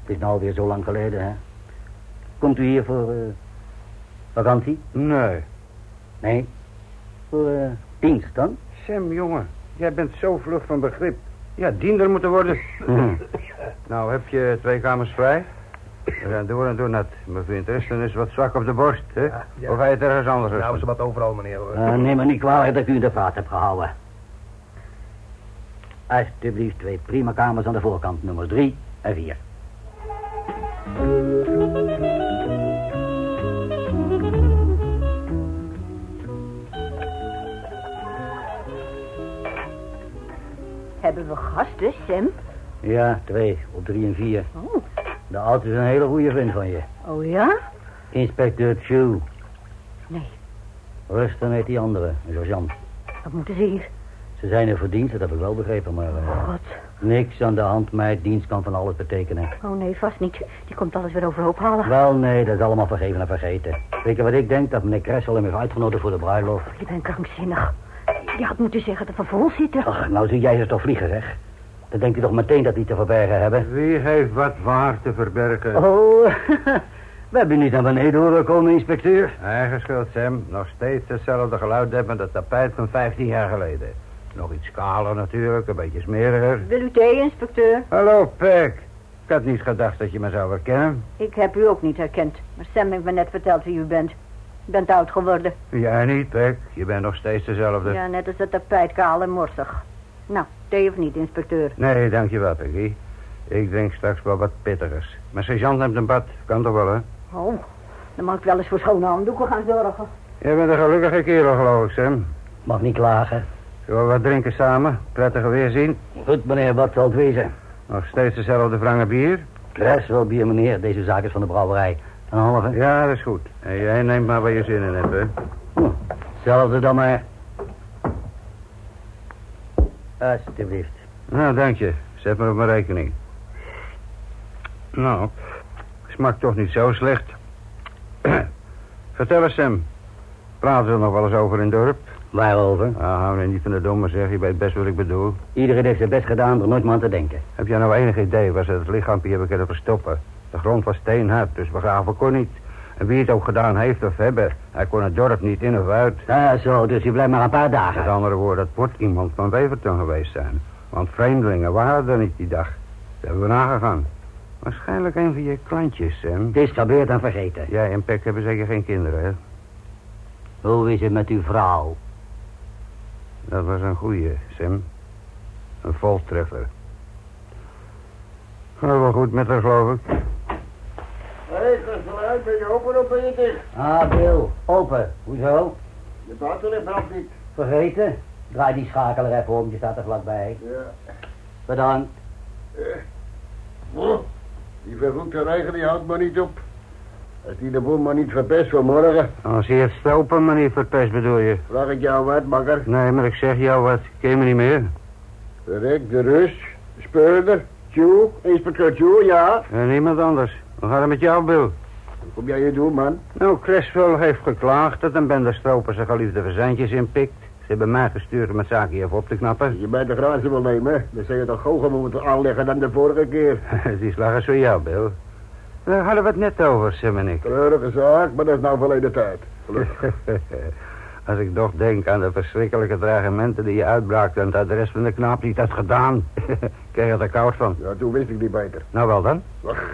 Speaker 9: Het is nou alweer zo lang geleden, hè? Komt u hier voor eh, vakantie?
Speaker 4: Nee.
Speaker 9: Nee. Voor eh, dienst dan?
Speaker 4: Sam, jongen, jij bent zo vlug van [LAUGHS] begrip. Ja, diender moeten worden.
Speaker 9: Hm.
Speaker 4: [LAUGHS] Nou, heb je twee kamers vrij? We zijn door en door nat. Mijn vriend Tristan is wat zwak op de borst, hè?
Speaker 5: ja.
Speaker 4: Of hij het ergens anders heeft.
Speaker 5: Nou, ze wat overal, meneer. hoor.
Speaker 9: Eh, neem me niet kwalijk dat ik u in de vaart heb gehouden. Alsjeblieft, twee prima kamers aan de voorkant, nummers drie en vier.
Speaker 10: Hebben we gasten, Sam?
Speaker 9: Ja, twee, op drie en vier.
Speaker 10: Oh,
Speaker 9: De auto is een hele goede vriend van je.
Speaker 10: oh ja?
Speaker 9: Inspecteur Chu.
Speaker 10: Nee.
Speaker 9: Rusten met die andere, een sergeant.
Speaker 10: Wat moeten ze hier?
Speaker 9: Ze zijn er voor dienst, dat heb ik wel begrepen, maar... eh,
Speaker 10: God.
Speaker 9: Niks aan de hand, meid. Dienst kan van alles betekenen.
Speaker 10: Oh nee, vast niet. Die komt alles weer overhoop halen.
Speaker 9: Wel, nee, dat is allemaal vergeven en vergeten. Weet je wat ik denk? Dat meneer Kressel hem heeft uitgenodigd voor de bruiloft.
Speaker 10: Je bent krankzinnig. Je had moeten zeggen dat we vol zitten.
Speaker 9: Ach, nou zie jij ze toch vliegen, zeg. Dan denkt u toch meteen dat die te verbergen hebben?
Speaker 4: Wie heeft wat waar te verbergen?
Speaker 9: Oh, [LAUGHS] we hebben niet naar beneden horen komen, inspecteur.
Speaker 4: Eigen schuld, Sam. Nog steeds hetzelfde geluid hebben dat tapijt van 15 jaar geleden. Nog iets kaler natuurlijk, een beetje smeriger.
Speaker 10: Wil u thee, inspecteur?
Speaker 4: Hallo, Peck. Ik had niet gedacht dat je me zou herkennen.
Speaker 10: Ik heb u ook niet herkend. Maar Sam heeft me net verteld wie u bent. U bent oud geworden.
Speaker 4: Jij niet, Peck. Je bent nog steeds dezelfde.
Speaker 10: Ja, net als het tapijt kaal en morsig. Nou, thee of niet, inspecteur?
Speaker 4: Nee, dankjewel, Peggy. Ik drink straks wel wat pittigers. Maar sergeant neemt een bad. Kan toch wel, hè?
Speaker 10: Oh, dan mag ik wel eens voor schone handdoeken gaan zorgen.
Speaker 4: Jij bent een gelukkige kerel, geloof ik, Sam.
Speaker 9: Mag niet klagen.
Speaker 4: Zullen we wat drinken samen? Prettige weerzien.
Speaker 9: Goed, meneer, wat zal het wezen?
Speaker 4: Nog steeds dezelfde wrange bier?
Speaker 9: Kressel, bier, meneer. Deze zaak is van de brouwerij. Een halve.
Speaker 4: Ja, dat is goed. En jij neemt maar waar je zin in hebt, hè?
Speaker 9: Hm. Hetzelfde dan maar. Alsjeblieft.
Speaker 4: Nou, dank je. Zet me op mijn rekening. Nou, smaakt toch niet zo slecht. [CLEARS THROAT] Vertel eens, Sam. Praten we er nog wel eens over in het dorp?
Speaker 9: Waarover?
Speaker 4: Ah, hou nou niet van de domme, zeg. Je weet best wat ik bedoel.
Speaker 9: Iedereen heeft zijn best gedaan er nooit meer aan te denken.
Speaker 4: Heb jij nou enig idee waar ze het lichaampje hebben kunnen verstoppen? De grond was steenhard, dus begraven kon niet. En wie het ook gedaan heeft of hebben, hij kon het dorp niet in of uit.
Speaker 9: Ah, zo, dus je blijft maar een paar dagen.
Speaker 4: Met andere woorden, het wordt iemand van Weverton geweest zijn. Want vreemdelingen waren er niet die dag. Dat hebben we nagegaan. Waarschijnlijk een van je klantjes, Sam.
Speaker 9: Het is gebeurd en vergeten.
Speaker 4: Jij en Peck hebben zeker geen kinderen, hè?
Speaker 9: Hoe is het met uw vrouw?
Speaker 4: Dat was een goeie, Sam. Een voltreffer. Gaat wel goed met haar, geloof ik.
Speaker 11: Hé, geluid, ben je open of ben je dicht?
Speaker 9: Ah, Bill, open. Hoezo?
Speaker 11: Je buitenlicht helpt niet.
Speaker 9: Vergeten? Draai die schakel er even om, je staat er vlakbij.
Speaker 11: Ja.
Speaker 9: Bedankt.
Speaker 11: Oh, die vervloekte regen die houdt maar niet op. Als die de boel maar niet verpest vanmorgen,
Speaker 4: Als je het stopen maar niet verpest, bedoel je?
Speaker 11: vraag ik jou wat, makker.
Speaker 4: Nee, maar ik zeg jou wat. Ken je me niet meer?
Speaker 11: Rick, de Rus, Speurder, Tjoe, inspecteur Tjoe, ja.
Speaker 4: Eh, En niemand anders. Hoe gaat het met jou, Bill?
Speaker 11: Wat kom jij hier doen, man?
Speaker 4: Nou, Creswell heeft geklaagd dat een bende stroper zijn geliefde verzendjes inpikt. Ze hebben mij gestuurd om het zaakje even op te knappen.
Speaker 11: Je bent de grazen wil nemen, dan zou je toch goochel moeten aanleggen dan de vorige keer.
Speaker 4: [LAUGHS] Die slag is voor jou, Bill. Daar hadden we het net over, Sam en ik.
Speaker 11: Treurige zaak, maar dat is nou verleden tijd. Gelukkig.
Speaker 4: [LAUGHS] Als ik toch denk aan de verschrikkelijke dreigementen die je uitbraakte aan het adres van de knaap die het had gedaan, [LAUGHS] kreeg het er koud van.
Speaker 11: Ja, toen wist ik niet beter.
Speaker 4: Nou wel dan.
Speaker 11: Ach,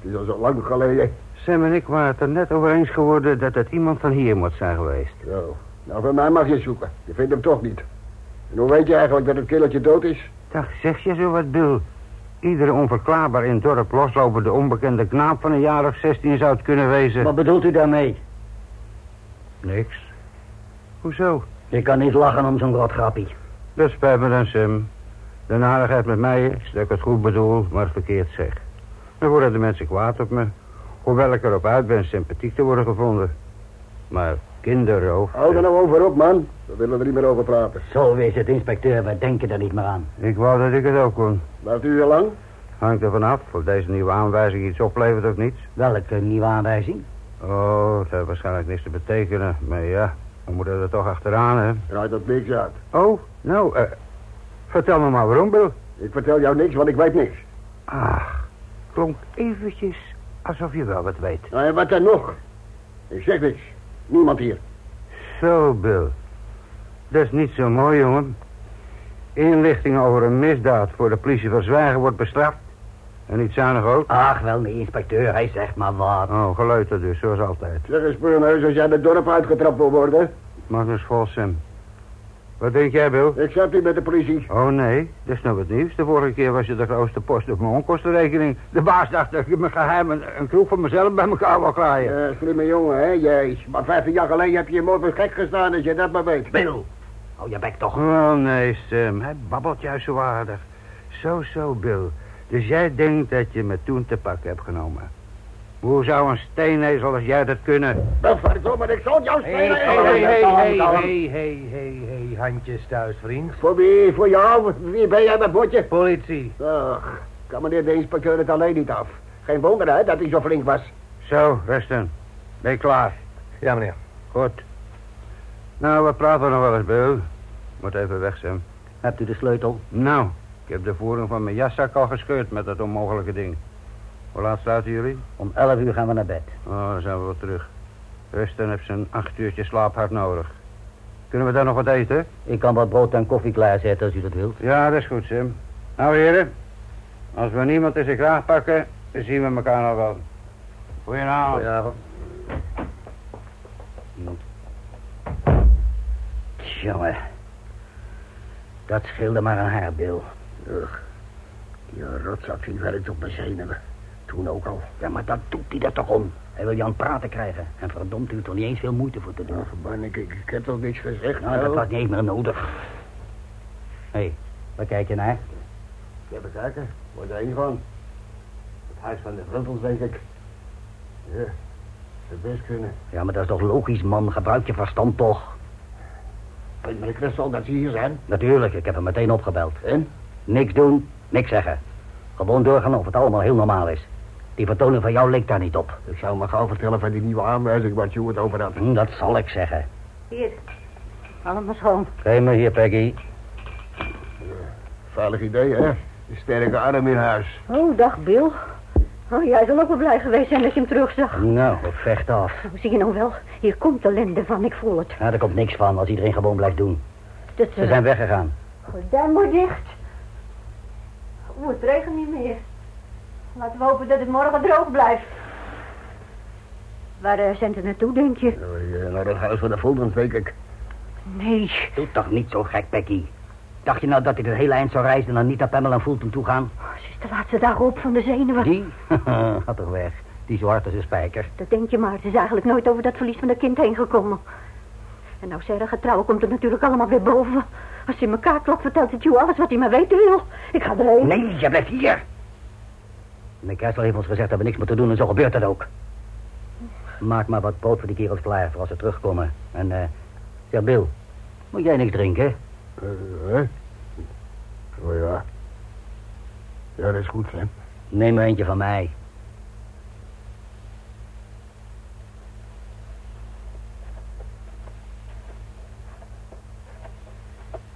Speaker 11: het is al zo lang geleden.
Speaker 4: Sam en ik waren het er net over eens geworden dat het iemand van hier moet zijn geweest.
Speaker 11: Zo. Nou, van mij mag je zoeken. Je vindt hem toch niet. En hoe weet je eigenlijk dat het killetje dood is?
Speaker 4: Dat zeg je zo wat, Bill. Iedere onverklaarbaar in het dorp loslopende onbekende knaap van een jaar of 16 zou het kunnen wezen.
Speaker 9: Wat bedoelt u daarmee?
Speaker 4: Niks. Hoezo?
Speaker 9: Je kan niet lachen om zo'n rot grappie.
Speaker 4: Dat spijt me dan, Sam. De narigheid met mij is dat ik het goed bedoel, maar verkeerd zeg. Dan worden de mensen kwaad op me. Hoewel ik erop uit ben sympathiek te worden gevonden. Maar kinderroof...
Speaker 11: Hou er nou over op, man. We willen er niet meer over praten.
Speaker 9: Zo is het, inspecteur. We denken er niet meer aan.
Speaker 4: Ik wou dat ik het ook kon.
Speaker 11: Laat u er lang?
Speaker 4: Hangt er vanaf of deze nieuwe aanwijzing iets oplevert of niet.
Speaker 9: Welke nieuwe aanwijzing?
Speaker 4: Oh, dat heeft waarschijnlijk niks te betekenen. Maar ja, we moeten er toch achteraan, hè?
Speaker 11: Draait dat niks uit.
Speaker 4: Oh, nou, eh, vertel me maar waarom, Bill.
Speaker 11: Ik vertel jou niks, want ik weet niks.
Speaker 4: Ach, klonk eventjes alsof je wel wat weet.
Speaker 11: Nou, en wat dan nog? Ik zeg niks. Niemand hier.
Speaker 4: Zo, Bill. Dat is niet zo mooi, jongen. Inlichtingen over een misdaad voor de politie van Zwijgen wordt bestraft. En niet zuinig ook.
Speaker 9: Ach, wel nee, inspecteur. Hij zegt maar wat.
Speaker 4: Oh, geleuter dus, zoals altijd.
Speaker 11: Zeg eens, Speurneus, als jij het dorp uitgetrapt wil worden...
Speaker 4: Maak eens vol, Sam. Wat denk jij, Bill?
Speaker 11: Ik zat hier met de politie.
Speaker 4: Oh, nee. Dat is nou het nieuws. De vorige keer was je de grootste post op mijn onkostenrekening. De baas dacht dat ik mijn geheim een, een kroeg van mezelf bij elkaar wou klaaien.
Speaker 11: Ja, Eh, slimme jongen, hè, jij. Maar 15 jaar geleden heb je mooi voor gek gestaan, als je dat maar weet.
Speaker 9: Bill, hou je bek toch.
Speaker 4: Oh, nee, Sam. Hij babbelt juist zo aardig. Zo, zo, Bill. Dus jij denkt dat je me toen te pak hebt genomen. Hoe zou een steenezel als jij dat kunnen?
Speaker 11: Wel, verdomme, ik zal jou
Speaker 3: Hé,
Speaker 11: spelen.
Speaker 3: hé, hé, hé, hé, hé, hé, handjes thuis, vriend.
Speaker 11: Voor wie? Voor jou? Wie ben jij, dat botje?
Speaker 3: Politie.
Speaker 11: Ach, kan meneer de inspecteur het alleen niet af. Geen wonder, hè, dat hij zo flink was.
Speaker 4: Zo, rusten. Ben je klaar?
Speaker 3: Ja, meneer.
Speaker 4: Goed. Nou, we praten nog wel eens, Bill. Moet even weg, Sam.
Speaker 9: Hebt u de sleutel?
Speaker 4: Nou, ik heb de voering van mijn jaszak al gescheurd met dat onmogelijke ding. Hoe laat sluiten jullie?
Speaker 9: Om 11 uur gaan we naar bed.
Speaker 4: Oh, dan zijn we wel terug. Rusten heeft zijn acht uurtje slaap hard nodig. Kunnen we daar nog wat eten?
Speaker 9: Ik kan wat brood en koffie klaarzetten als u dat wilt.
Speaker 4: Ja, dat is goed, Sim. Nou, heren. Als we niemand in zijn kraag pakken, dan zien we elkaar nog wel. Goedenavond.
Speaker 3: Goedenavond.
Speaker 9: Jongen. Dat scheelde maar een haar, Bill.
Speaker 11: Ugh. Die rotzak die werkt op mijn zenuwen. Toen ook al.
Speaker 9: Ja, maar dat doet hij dat toch om. Hij wil je aan het praten krijgen. En verdomd, u heeft er niet eens veel moeite voor te doen.
Speaker 11: Ach, man, ik, ik, ik heb toch niks gezegd?
Speaker 9: Nou, dat was niet eens meer nodig. Hé, hey, waar kijk je naar?
Speaker 11: Even kijken, wordt er één van. Het huis van de Ruttels, denk ik. Ja, zou best kunnen.
Speaker 9: Ja, maar dat is toch logisch, man. Gebruik je verstand toch.
Speaker 11: Weet meneer Christel dat ze hier zijn?
Speaker 9: Natuurlijk, ik heb hem meteen opgebeld.
Speaker 11: En?
Speaker 9: Niks doen, niks zeggen. Gewoon doorgaan of het allemaal heel normaal is. Die vertoning van jou leek daar niet op.
Speaker 11: Ik zou me gauw vertellen van die nieuwe aanwijzing waar Stuart over had.
Speaker 9: Hm, dat zal ik zeggen.
Speaker 10: Hier. Allemaal schoon.
Speaker 9: Geef me hier, Peggy.
Speaker 11: Veilig idee, hè? Een sterke arm in huis.
Speaker 10: Oh, dag Bill. Oh, jij zal ook wel blij geweest zijn dat je hem terugzag.
Speaker 9: Nou, het vecht af.
Speaker 10: Oh, zie je nou wel? Hier komt ellende van, ik voel het.
Speaker 9: Ja, daar komt niks van als iedereen gewoon blijft doen.
Speaker 10: Dus,
Speaker 9: Ze zijn weggegaan.
Speaker 10: Gordijn moet dicht. Oeh, het regent niet meer. Laten we hopen dat het morgen droog blijft. Waar eh, zijn ze naartoe, denk je?
Speaker 11: Nou, eh, Naar het huis van de Voldens, denk ik.
Speaker 10: Nee.
Speaker 9: Doe toch niet zo gek, Peggy. Dacht je nou dat ik het hele eind zou reizen en dan niet naar Pamela en Fulton toe gaan? [LAUGHS]
Speaker 10: Ze is de laatste dagen op van de zenuwen.
Speaker 9: Die? Gaat toch weg. Die is zo hard als een spijker.
Speaker 10: Dat denk je maar. Ze is eigenlijk nooit over dat verlies van dat kind heen gekomen. En nou Sarah gaat trouwen, komt het natuurlijk allemaal weer boven. Als ze in elkaar klapt, vertelt het jou alles wat hij maar weten wil. Ik ga erheen.
Speaker 9: Nee, je blijft hier. Meneer Kessel heeft ons gezegd dat we niks moeten doen en zo gebeurt dat ook. Maak maar wat brood voor die kerels klaar voor als ze terugkomen. En eh, zeg Bill, moet jij niks drinken?
Speaker 11: Eh, hè? Oh ja. Ja, dat is goed, hè?
Speaker 9: Neem er eentje van mij.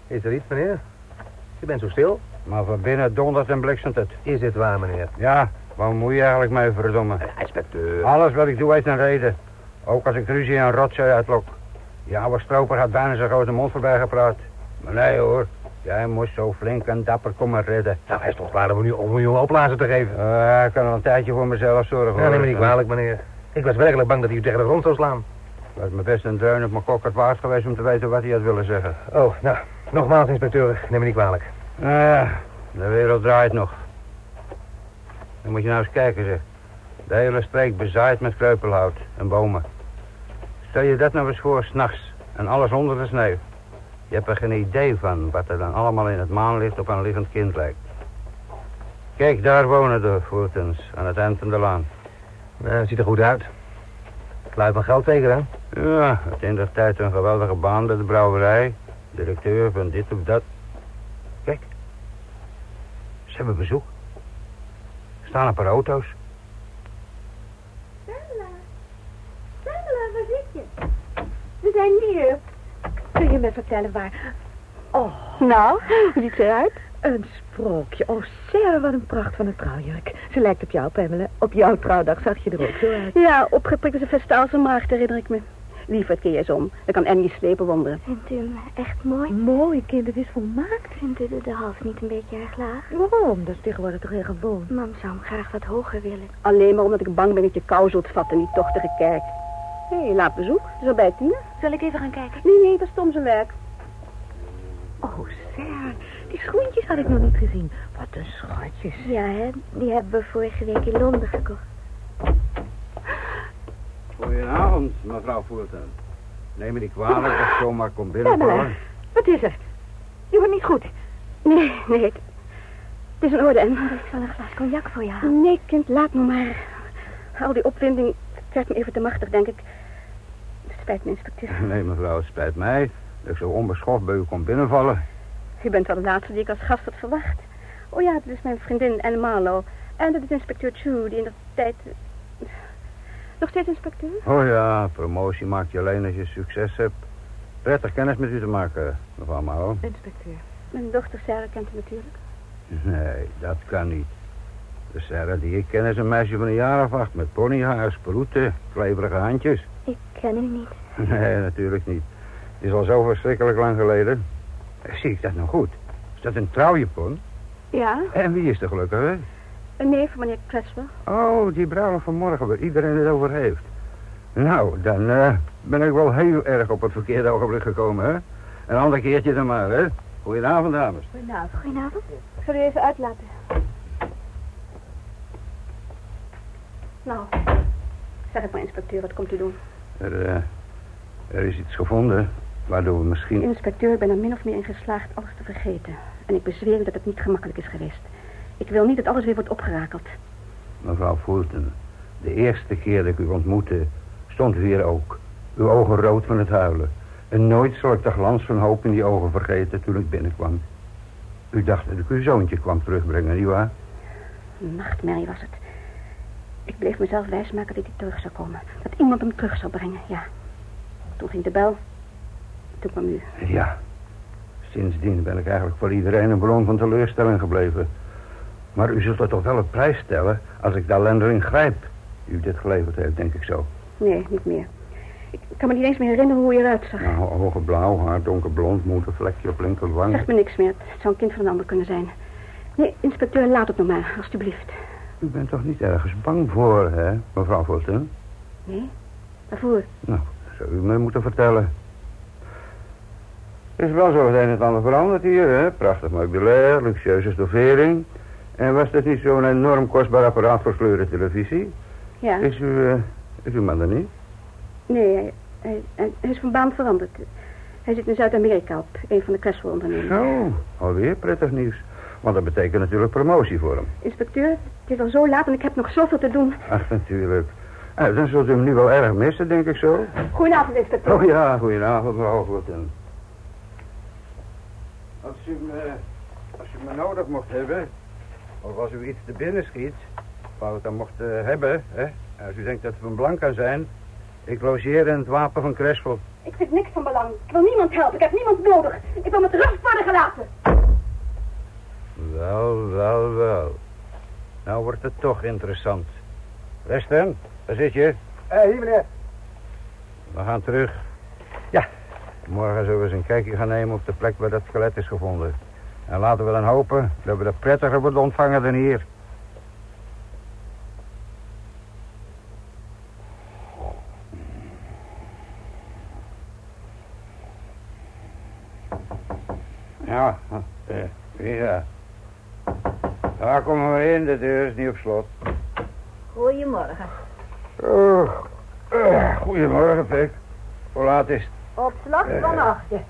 Speaker 3: Is er iets, meneer? Je bent zo stil.
Speaker 4: Maar van binnen dondert en bliksemt het.
Speaker 3: Is het waar, meneer?
Speaker 4: Ja, waar moet je eigenlijk mee,
Speaker 12: Eh,
Speaker 4: verdomme?
Speaker 9: Inspecteur.
Speaker 4: Alles wat ik doe heeft een reden. Ook als ik ruzie en rotzooi uitlok. Die oude stroper had bijna zijn grote mond voorbij gepraat. Maar nee hoor, jij moest zo flink en dapper komen redden.
Speaker 12: Nou, hij is toch klaar om nu om miljoen opblazen te geven.
Speaker 4: Eh, ik kan al een tijdje voor mezelf zorgen
Speaker 12: Ja, neem me
Speaker 4: hoor.
Speaker 12: niet kwalijk, meneer. Ik was werkelijk bang dat hij u tegen de grond zou slaan.
Speaker 4: Het was me best een dreun op mijn kok het waard geweest om te weten wat hij had willen zeggen.
Speaker 12: Oh, nou, nogmaals, inspecteur, neem me niet kwalijk.
Speaker 4: Nou ja, de wereld draait nog. Dan moet je nou eens kijken, zeg. De hele streek bezaaid met kreupelhout en bomen. Stel je dat nou eens voor, s'nachts. En alles onder de sneeuw. Je hebt er geen idee van wat er dan allemaal in het maanlicht op een liggend kind lijkt. Kijk, daar wonen de Voortens, aan het eind van de laan.
Speaker 12: Nou, ziet er goed uit. Het luidt van geld tegen, hè?
Speaker 4: Ja, het in der tijd een geweldige baan bij de brouwerij. Directeur van dit of dat. Kijk. Ze hebben bezoek. Er staan een paar auto's.
Speaker 13: Stella. Stella, waar zit je? We zijn hier. Kun je me vertellen waar? Oh.
Speaker 14: Nou, hoe ziet ze eruit?
Speaker 13: Een sprookje. Oh, Sarah, wat een pracht van een trouwjurk. Ze lijkt op jou, Pamela. Op jouw trouwdag zag je er ook zo uit.
Speaker 14: Ja, opgeprikt is een vestaalse maagd, herinner ik me. Lieverd, keer je eens om. Dan kan Annie je slepen wonderen.
Speaker 13: Vindt u hem echt mooi? Mooi, kind, het is volmaakt. Vindt u de, de hals niet een beetje erg laag? Waarom? Dat is tegenwoordig toch heel gewoon. Mam zou hem graag wat hoger willen.
Speaker 14: Alleen maar omdat ik bang ben dat je kou zult vatten in die tochtige kerk. Hé, laat bezoek. Zo bij tien.
Speaker 13: Zal ik even gaan kijken?
Speaker 14: Nee, nee, dat is Tom zijn werk.
Speaker 13: Oh, Sarah, die schoentjes had ik nog niet gezien. Wat een schatjes. Ja, hè? Die hebben we vorige week in Londen gekocht.
Speaker 4: Goedenavond, mevrouw Voorten. Neem me niet kwalijk dat ik zomaar kom binnenvallen.
Speaker 14: Wat is er? Je wordt niet goed. Nee, nee. Het het is een orde en...
Speaker 13: Ik zal een glas cognac voor je halen.
Speaker 14: Nee, kind, laat me maar. Al die opwinding krijgt me even te machtig, denk ik. Het spijt me, inspecteur.
Speaker 4: Nee, mevrouw, het spijt mij dat ik zo onbeschoft bij u kom binnenvallen.
Speaker 14: U bent wel de laatste die ik als gast had verwacht. Oh ja, dit is mijn vriendin Anne Marlow. En dat is inspecteur Chu, die in de tijd... Nog steeds inspecteur?
Speaker 4: Oh ja, promotie maak je alleen als je succes hebt. Prettig kennis met u te maken, mevrouw Mao.
Speaker 14: Inspecteur. Mijn dochter Sarah kent hem natuurlijk.
Speaker 4: Nee, dat kan niet. De Sarah die ik ken is een meisje van een jaar of acht... met ponyhaar, sproeten, kleverige handjes.
Speaker 13: Ik ken u niet.
Speaker 4: [LAUGHS] Nee, natuurlijk niet. Het is al zo verschrikkelijk lang geleden. Zie ik dat nou goed? Is dat een trouwjepon?
Speaker 14: Ja,
Speaker 4: En wie is de gelukkige?
Speaker 14: een neef van meneer Creswell.
Speaker 4: Oh, die bruiloft van morgen waar iedereen het over heeft. Nou, dan eh, ben ik wel heel erg op het verkeerde ogenblik gekomen, hè? Een ander keertje dan maar, hè? Goedenavond, dames.
Speaker 13: Goedenavond. Goedenavond. Ik zal u even uitlaten.
Speaker 14: Nou, zeg het maar, inspecteur, wat komt u doen?
Speaker 4: Er, eh, er is iets gevonden waardoor we misschien...
Speaker 14: Inspecteur, ik ben er min of meer in geslaagd alles te vergeten. En ik bezweer u dat het niet gemakkelijk is geweest. Ik wil niet dat alles weer wordt opgerakeld.
Speaker 4: Mevrouw Fulton, de eerste keer dat ik u ontmoette, stond u hier ook. Uw ogen rood van het huilen. En nooit zal ik de glans van hoop in die ogen vergeten toen ik binnenkwam. U dacht dat ik uw zoontje kwam terugbrengen, nietwaar?
Speaker 14: Een nachtmerrie was het. Ik bleef mezelf wijsmaken dat hij terug zou komen. Dat iemand hem terug zou brengen, ja. Toen ging de bel. Toen kwam u.
Speaker 4: Ja. Sindsdien ben ik eigenlijk voor iedereen een bron van teleurstelling gebleven. Maar u zult er toch wel op prijs stellen als ik de ellende in grijp. die U dit geleverd heeft, denk ik zo.
Speaker 14: Nee, niet meer. Ik kan me niet eens meer herinneren hoe hij eruit zag.
Speaker 4: Nou, ogen blauw, haar donkerblond, moed, een vlekje op linkerwang.
Speaker 14: Zegt me niks meer. Het zou een kind van een ander kunnen zijn. Nee, inspecteur, laat het nog maar, alstublieft.
Speaker 4: U bent toch niet ergens bang voor, hè, mevrouw Fulton?
Speaker 14: Nee? Waarvoor?
Speaker 4: Nou, dat zou u mij moeten vertellen. Er is wel zo het een en het ander veranderd hier, hè? Prachtig meubilair, luxueuze stoffering. En was dat niet zo'n enorm kostbaar apparaat voor kleuren televisie?
Speaker 14: Ja?
Speaker 4: Is u, eh, is uw man er niet?
Speaker 14: Nee, hij, hij- hij- hij is van baan veranderd. Hij zit in Zuid-Amerika op een van de Creswell-ondernemingen.
Speaker 4: Zo, Oh, alweer prettig nieuws. Want dat betekent natuurlijk promotie voor hem.
Speaker 14: Inspecteur, het is al zo laat en ik heb nog zoveel te doen.
Speaker 4: Ach, natuurlijk. Eh, dan zult u hem nu wel erg missen, denk ik zo.
Speaker 14: Goedenavond, inspecteur.
Speaker 4: Oh ja, goedenavond, mevrouw Fulton. Als u,
Speaker 7: eh,
Speaker 4: me, als u me nodig mocht hebben, of als u iets te binnen schiet, waar we het dan mocht eh, hebben, hè? en als u denkt dat we een blanca zijn, ik logeer in het wapen van Creswell.
Speaker 14: Ik vind niks van belang. Ik wil niemand helpen. Ik heb niemand nodig. Ik wil met rust worden gelaten.
Speaker 4: Wel, wel, wel. Nou wordt het toch interessant. Weston, waar zit je?
Speaker 12: Eh, hier, meneer.
Speaker 4: We gaan terug.
Speaker 12: Ja,
Speaker 4: Morgen zullen we eens een kijkje gaan nemen op de plek waar dat skelet is gevonden. En laten we dan hopen dat we dat prettiger worden ontvangen dan hier. Ja, eh, ja. Daar komen we in, de deur is niet op slot.
Speaker 10: Goedemorgen.
Speaker 4: Oh, eh, goedemorgen, Pek. Hoe laat is het?
Speaker 10: Op slag van
Speaker 4: Eh.
Speaker 10: achter.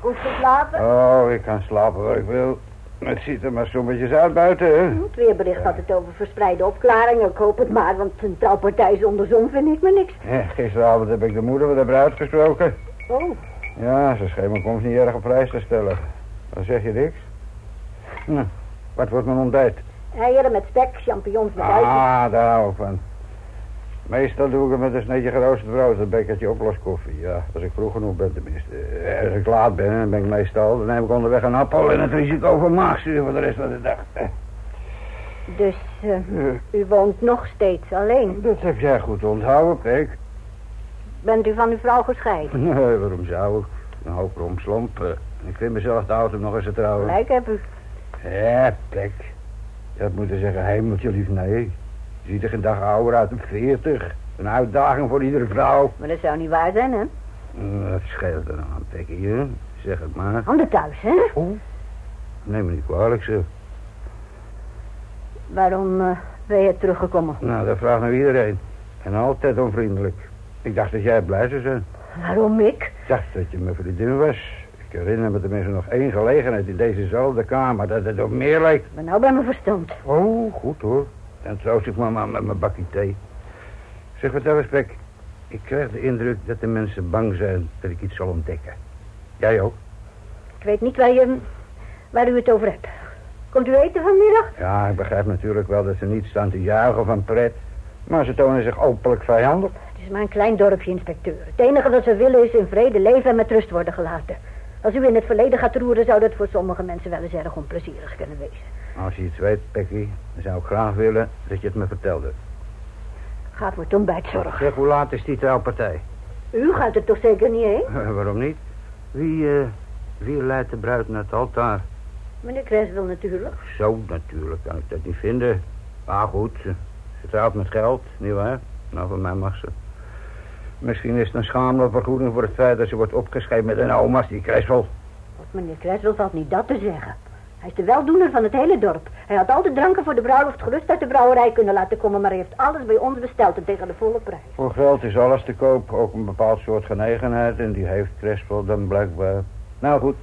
Speaker 10: Goed geslapen?
Speaker 4: Oh, ik kan slapen waar ik wil. Het ziet er maar sommetjes uit buiten, hè?
Speaker 10: Het weerbericht had het over verspreide opklaringen.
Speaker 15: Ik hoop het maar, want een trouwpartij zonder zon vind ik me niks.
Speaker 4: Eh, Gisteravond heb ik de moeder van de bruid gesproken.
Speaker 15: Oh.
Speaker 4: Ja, ze scheen me komt niet erg op prijs te stellen. Dan zeg je niks. Hm, wat wordt mijn ontbijt?
Speaker 10: Eieren met spek, champignons met uitjes.
Speaker 4: Ah, daar hou ik van. Meestal doe ik het met een snetje geroosterd brood, een bekertje oploskoffie. Ja, als ik vroeg genoeg ben tenminste. Eh, Als ik laat ben, dan ben ik meestal, dan neem ik onderweg een appel en het risico van maagzuur voor de rest van de dag. Eh,
Speaker 10: Dus eh, u woont nog steeds alleen.
Speaker 4: Dat heb jij goed onthouden, Pek.
Speaker 10: Bent u van uw vrouw gescheiden?
Speaker 4: Nee, waarom zou ik? Een hoop romslomp. eh. Ik vind mezelf te oud om nog eens te trouwen.
Speaker 10: Gelijk heb u.
Speaker 4: Ja, plek. Je had moeten zeggen, hemeltje lief, nee. Je ziet er geen dag ouder uit dan 40. Een uitdaging voor iedere vrouw.
Speaker 10: Maar dat zou niet waar zijn, hè?
Speaker 4: Hm, Wat scheelt er nou aan, Pekkie, hè? Zeg het maar.
Speaker 10: Handen thuis, hè?
Speaker 4: Oh. Neem me niet kwalijk, ze.
Speaker 10: Waarom eh, ben je teruggekomen?
Speaker 4: Nou, dat vraagt nou iedereen. En altijd onvriendelijk. Ik dacht dat jij blij zou zijn.
Speaker 10: Waarom ik?
Speaker 4: Ik dacht dat je mijn vriendin was. Ik herinner me tenminste nog één gelegenheid in dezezelfde kamer dat het op meer leek.
Speaker 10: Maar nou bij mijn verstand.
Speaker 4: Oh, goed hoor. Dan troost ik mama met mijn bakje thee. Zeg, vertel eens, Pek. Ik krijg de indruk dat de mensen bang zijn dat ik iets zal ontdekken. Jij ook?
Speaker 10: Ik weet niet waar, je, waar u het over hebt. Komt u eten vanmiddag?
Speaker 4: Ja, ik begrijp natuurlijk wel dat ze niet staan te juichen van pret. Maar ze tonen zich openlijk vijandig.
Speaker 10: Het is maar een klein dorpje, inspecteur. Het enige wat ze willen is in vrede leven en met rust worden gelaten. Als u in het verleden gaat roeren, zou dat voor sommige mensen wel eens erg onplezierig kunnen wezen.
Speaker 4: Als je iets weet, Pekkie, dan zou ik graag willen dat je het me vertelde.
Speaker 10: Ga voor het ontbijt zorgen.
Speaker 4: Zeg, hoe laat is die trouwpartij?
Speaker 10: U gaat er toch zeker niet heen?
Speaker 4: Waarom niet? Wie, eh, wie leidt de bruid naar het altaar?
Speaker 10: Meneer Creswell natuurlijk.
Speaker 4: Zo natuurlijk kan ik dat niet vinden. Maar goed, ze, ze trouwt met geld, nietwaar? Nou, van mij mag ze. Misschien is het een schamele vergoeding voor het feit dat ze wordt opgeschreven met een oma's, die Kressel.
Speaker 10: Want meneer Creswell valt niet dat te zeggen. Hij is de weldoener van het hele dorp. Hij had al de dranken voor de bruiloft gerust uit de brouwerij kunnen laten komen... maar hij heeft alles bij ons besteld en tegen de volle prijs.
Speaker 4: Voor geld is alles te koop, ook een bepaald soort genegenheid. En die heeft Kressel dan blijkbaar. Nou goed,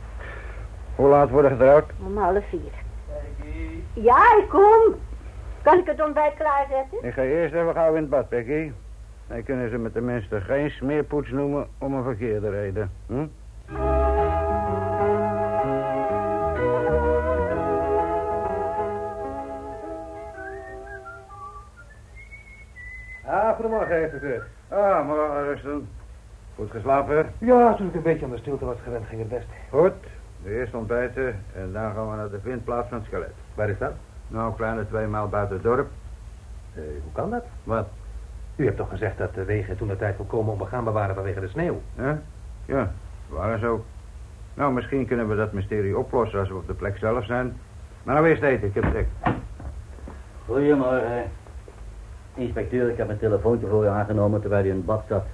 Speaker 4: hoe laat worden getrouwd?
Speaker 10: Om half vier. Ja, ik kom. Kan ik het ontbijt klaarzetten?
Speaker 4: Ik ga eerst even gauw in het bad, Peggy. Dan kunnen ze me tenminste geen smeerpoets noemen om een verkeerde reden. Hm?
Speaker 12: Ah, goedemorgen, inspecteur.
Speaker 4: Ah, maar rusten. Goed geslapen?
Speaker 12: Ja, toen ik een beetje aan de stilte was gewend, ging het best.
Speaker 4: Goed. Nu eerst ontbijten en dan gaan we naar de vindplaats van het skelet.
Speaker 12: Waar is dat? Eh,
Speaker 4: Nou, een kleine twee mijl buiten het dorp.
Speaker 12: hoe kan dat?
Speaker 4: Wat?
Speaker 12: U hebt toch gezegd dat de wegen toen de tijd volkomen onbegaanbaar waren vanwege de sneeuw?
Speaker 4: Hè? Ja, waar is ook. Nou, misschien kunnen we dat mysterie oplossen als we op de plek zelf zijn. Maar nou eerst eten, ik heb trek.
Speaker 9: Goedemorgen. Inspecteur, ik heb mijn telefoontje voor u aangenomen terwijl u in het bad zat.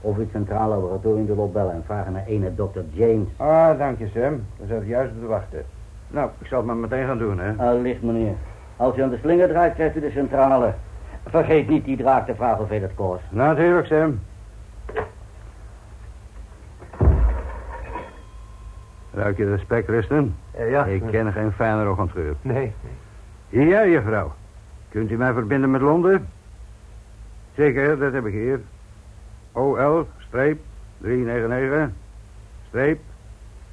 Speaker 9: Of u het centraal laboratorium wil opbellen en vragen naar ene dokter James.
Speaker 4: Ah, dank je, Sam. Daar zat ik juist op te wachten. Nou, ik zal het maar meteen gaan doen, hè.
Speaker 9: Allicht, Ah, meneer. Als u aan de slinger draait, krijgt u de centrale. Vergeet niet die draak te vragen hoeveel het kost.
Speaker 4: Natuurlijk, Sam. Ruik je de spek, Rusten?
Speaker 12: Eh, ja.
Speaker 4: Ik ken geen fijner ochtendgeur.
Speaker 12: Nee.
Speaker 4: Ja, juffrouw. Kunt u mij verbinden met Londen? Zeker, dat heb ik hier. OL, streep, 399, streep,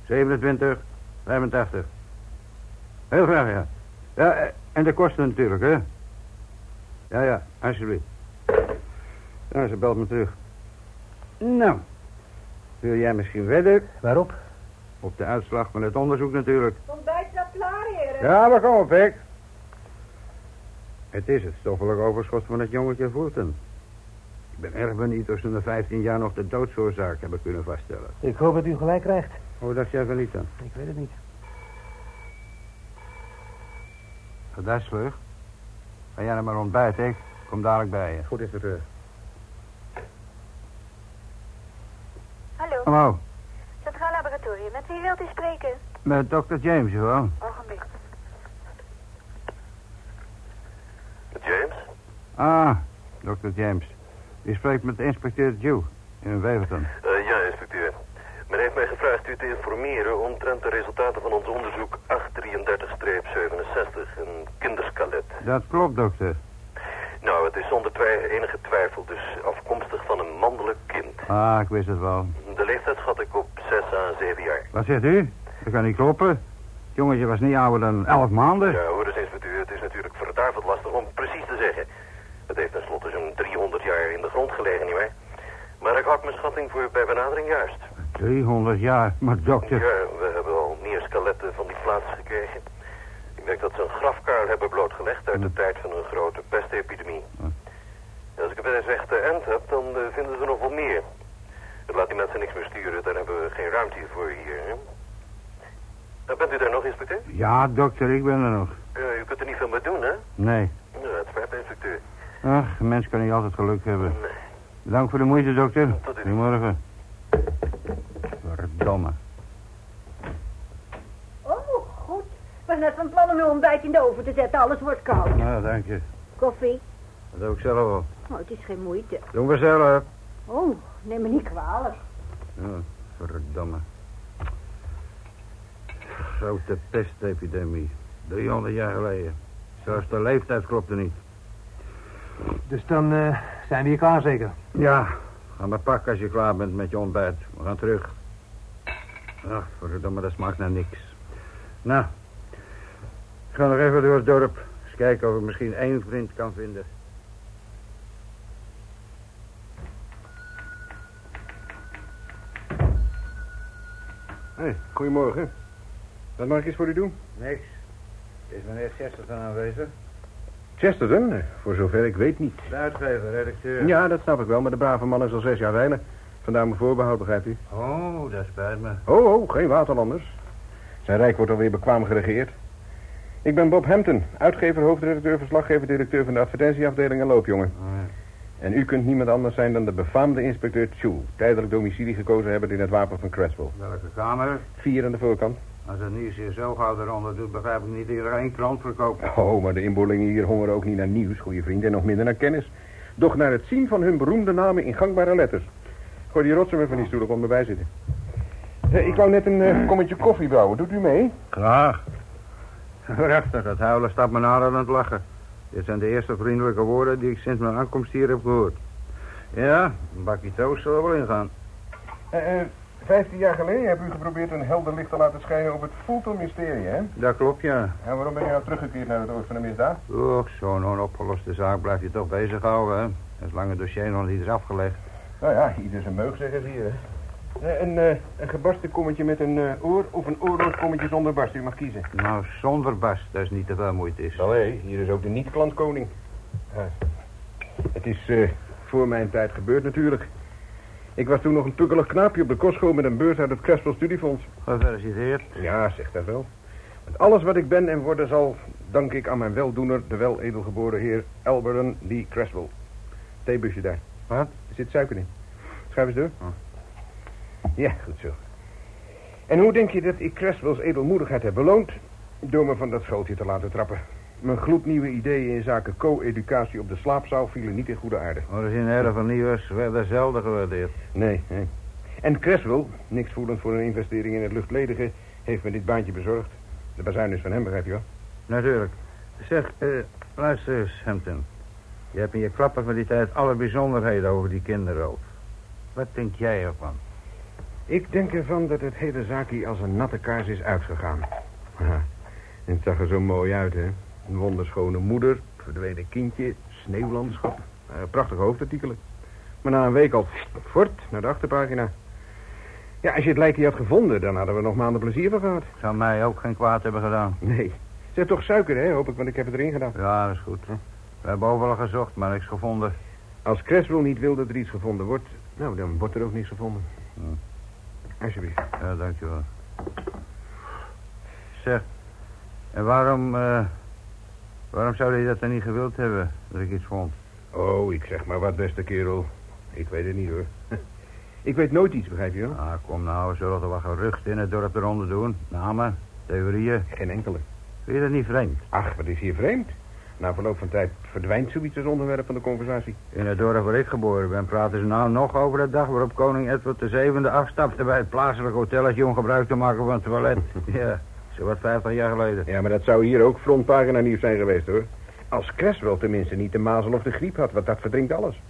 Speaker 4: 27, 85. Heel graag, ja. Ja, eh, en de kosten natuurlijk, hè? Ja, ja, alsjeblieft. Nou, ze belt me terug. Nou, wil jij misschien wedden?
Speaker 12: Waarop?
Speaker 4: Op de uitslag van het onderzoek natuurlijk.
Speaker 10: Het ontbijt staat klaar, heren.
Speaker 4: Ja, maar kom op, Pik. Het is het stoffelijk overschot van het jongetje Voerten. Ik ben erg benieuwd of ze na 15 jaar nog de doodsoorzaak hebben kunnen vaststellen.
Speaker 7: Ik hoop dat u gelijk krijgt.
Speaker 4: Hoe dacht jij van niet dan?
Speaker 7: Ik weet het niet.
Speaker 4: Daar sleur. Ga jij nou maar ontbijten, ik kom dadelijk bij je.
Speaker 12: Goed, inspecteur.
Speaker 16: Hallo,
Speaker 4: Hallo,
Speaker 16: Centraal Laboratorium. Met wie wilt u spreken?
Speaker 4: met dokter James gewoon.
Speaker 16: Ogenblik.
Speaker 17: James?
Speaker 4: Ah, dokter James. U spreekt met inspecteur Dew in Weverton.
Speaker 17: Eh, ja, inspecteur. Men heeft mij gevraagd u te informeren omtrent de resultaten van ons onderzoek 833-67, een kinderskelet.
Speaker 4: Dat klopt, dokter.
Speaker 17: Nou, het is zonder twij- enige twijfel dus afkomstig van een mannelijk kind.
Speaker 4: Ah, ik wist het wel.
Speaker 17: De leeftijd schat ik op 6 à 7 jaar.
Speaker 4: Wat zegt u? Dat kan niet kloppen. Het jongetje was niet ouder dan 11 maanden.
Speaker 17: Ja, hoor eens, inspecteur. Het is natuurlijk verduiveld lastig om precies te zeggen. Het heeft tenslotte zo'n 300 jaar in de grond gelegen, nietwaar? Maar ik had mijn schatting voor bij benadering juist.
Speaker 4: 300 jaar, maar dokter.
Speaker 17: Ja, we hebben al meer skeletten van die plaats gekregen. Ik denk dat ze een grafkuil hebben blootgelegd uit de tijd van een grote pestepidemie. En Als ik het bij recht de end heb, dan eh, vinden ze nog wel meer. Laat die mensen niks meer sturen, daar hebben we geen ruimte voor hier. Hè? Eh, Bent u daar nog, inspecteur?
Speaker 4: Ja, dokter, ik ben er nog.
Speaker 17: Eh, u kunt er niet veel mee doen, hè?
Speaker 4: Nee.
Speaker 17: Ja, het spijt me, inspecteur.
Speaker 4: Ach, een mens kan niet altijd geluk hebben. Bedankt voor de moeite, dokter. Goedemorgen. Verdomme.
Speaker 10: Oh, goed. Ik was net van plan om uw ontbijt in de oven te zetten. Alles wordt koud.
Speaker 4: Nou, dank je.
Speaker 10: Koffie?
Speaker 4: Dat doe ik zelf al.
Speaker 10: Oh, het is geen moeite.
Speaker 4: Doe maar zelf.
Speaker 10: Oh, neem me niet kwalijk.
Speaker 4: Ja, verdomme. Grote pestepidemie. 300 jaar geleden. Zelfs de leeftijd klopte niet.
Speaker 12: Dus dan eh, zijn we hier klaar zeker?
Speaker 4: Ja, ga maar pakken als je klaar bent met je ontbijt. We gaan terug. Ach, verdomme, dat smaakt naar niks. Nou, ik ga nog even door het dorp. Eens kijken of ik misschien één vriend kan vinden.
Speaker 7: Hey, goedemorgen. Wat mag ik eens voor u doen?
Speaker 4: Niks. Is meneer Chesterton aanwezig?
Speaker 7: Chesterton? Eh, Voor zover ik weet niet.
Speaker 4: De uitgever, redacteur.
Speaker 7: Ja, dat snap ik wel, maar de brave man is al zes jaar weinig. Vandaar mijn voorbehoud, begrijpt u?
Speaker 4: Oh, dat spijt me.
Speaker 7: Oh, oh, geen waterlanders. Zijn rijk wordt alweer bekwaam geregeerd. Ik ben Bob Hampton, uitgever, hoofdredacteur, verslaggever, directeur van de advertentieafdeling en loopjongen. En u kunt niemand anders zijn dan de befaamde inspecteur Chu, tijdelijk domicilie gekozen hebben in het wapen van Creswell.
Speaker 4: Welke kamer?
Speaker 7: Vier aan de voorkant.
Speaker 4: Als het nieuws hier zo gauw eronder doet, begrijp ik niet dat iedereen krant verkoopt.
Speaker 7: Oh, maar de inboorlingen hier hongeren ook niet naar nieuws, goede vriend, en nog minder naar kennis. Doch naar het zien van hun beroemde namen in gangbare letters. Gooi die rotsen weer van die stoel op, om erbij zitten. Eh, ik wou net een eh, kommetje koffie brouwen, doet u mee?
Speaker 4: [LAUGHS] Graag. Prachtig, het huilen staat me nader dan het lachen. Dit zijn de eerste vriendelijke woorden die ik sinds mijn aankomst hier heb gehoord. Ja, een bakje toast zal er wel ingaan.
Speaker 7: Eh, Vijftien jaar geleden heb u geprobeerd een helder licht te laten schijnen op het Fulton-mysterie, hè?
Speaker 4: Dat klopt, ja.
Speaker 7: En waarom ben je nou teruggekeerd naar het oord van de misdaad?
Speaker 4: Och, zo'n onopgeloste zaak blijft je toch bezighouden, hè. Het lange dossier nog niet is afgelegd.
Speaker 7: Nou ja, ieder zijn meug, zeggen ze hier, hè? Eh, Een, eh, een gebarsten kommetje met een eh, oor of een oorloos kommetje zonder barst. U mag kiezen.
Speaker 4: Nou, zonder Bas, dat is niet te veel moeite is.
Speaker 7: Allee, hier is ook de niet-klant koning. Ja. Het is eh, voor mijn tijd gebeurd natuurlijk. Ik was toen nog een tukkelig knaapje op de kostschool met een beurs uit het Crespel Studiefonds.
Speaker 4: Gefeliciteerd.
Speaker 7: Ja, zeg dat wel. Met alles wat ik ben en worden zal, dank ik aan mijn weldoener, de weledelgeboren heer Elberton Lee Creswell. Theebusje daar.
Speaker 4: Wat?
Speaker 7: Er zit suiker in. Schuif eens door. Ja, goed zo. En hoe denk je dat ik Creswell's edelmoedigheid heb beloond? Door me van dat schootje te laten trappen. Mijn gloednieuwe ideeën in zaken co-educatie op de slaapzaal vielen niet in goede aarde.
Speaker 4: Originele van nieuws werden zelden gewaardeerd.
Speaker 7: Nee, nee. En Creswell, niks voelend voor een investering in het luchtledige, heeft me dit baantje bezorgd. De bazuin is van hem, begrijp je wel?
Speaker 4: Natuurlijk. Zeg, eh, luister eens, Hampton. Je hebt in je klappen van die tijd alle bijzonderheden over die kinderroof. Wat denk jij ervan?
Speaker 7: Ik denk ervan dat het hele zaakje als een natte kaars is uitgegaan. Ja, en het zag er zo mooi uit, hè? Een wonderschone moeder, verdwenen kindje, sneeuwlandschap. Eh, prachtige hoofdartikelen. Maar na een week al fort naar de achterpagina. Ja, als je het lijkje had gevonden, dan hadden we nog maanden plezier van gehad.
Speaker 4: Zou mij ook geen kwaad hebben gedaan.
Speaker 7: Nee. Zeg toch suiker, hè, hoop ik, want ik heb het erin gedaan.
Speaker 4: Ja, dat is goed. We hebben overal gezocht, maar niks gevonden.
Speaker 7: Als Creswell niet wil dat er iets gevonden wordt... nou, dan wordt er ook niets gevonden.
Speaker 4: Hm.
Speaker 7: Alsjeblieft.
Speaker 4: Ja, dankjewel. Zeg, en waarom, eh, waarom zou hij dat dan niet gewild hebben, dat ik iets vond?
Speaker 7: Oh, ik zeg maar wat, beste kerel. Ik weet het niet, hoor. [LAUGHS] Ik weet nooit iets, begrijp je wel?
Speaker 4: Ah, kom nou, we zullen toch wel geruchten in het dorp eronder doen. Namen, theorieën.
Speaker 7: Geen enkele.
Speaker 4: Vind je dat niet vreemd?
Speaker 7: Ach, wat is hier vreemd? Na verloop van tijd verdwijnt zoiets als onderwerp van de conversatie.
Speaker 4: In het dorp waar ik geboren ben praten ze nou nog over de dag waarop koning Edward VII afstapte bij het plaatselijk hotelletje om gebruik te maken van
Speaker 7: [LAUGHS]
Speaker 4: het toilet. ja, zo wat 50 jaar geleden.
Speaker 7: Ja, maar dat zou hier ook frontpagina nieuws zijn geweest, hoor. Als Creswell tenminste niet de mazel of de griep had, want dat verdrinkt alles.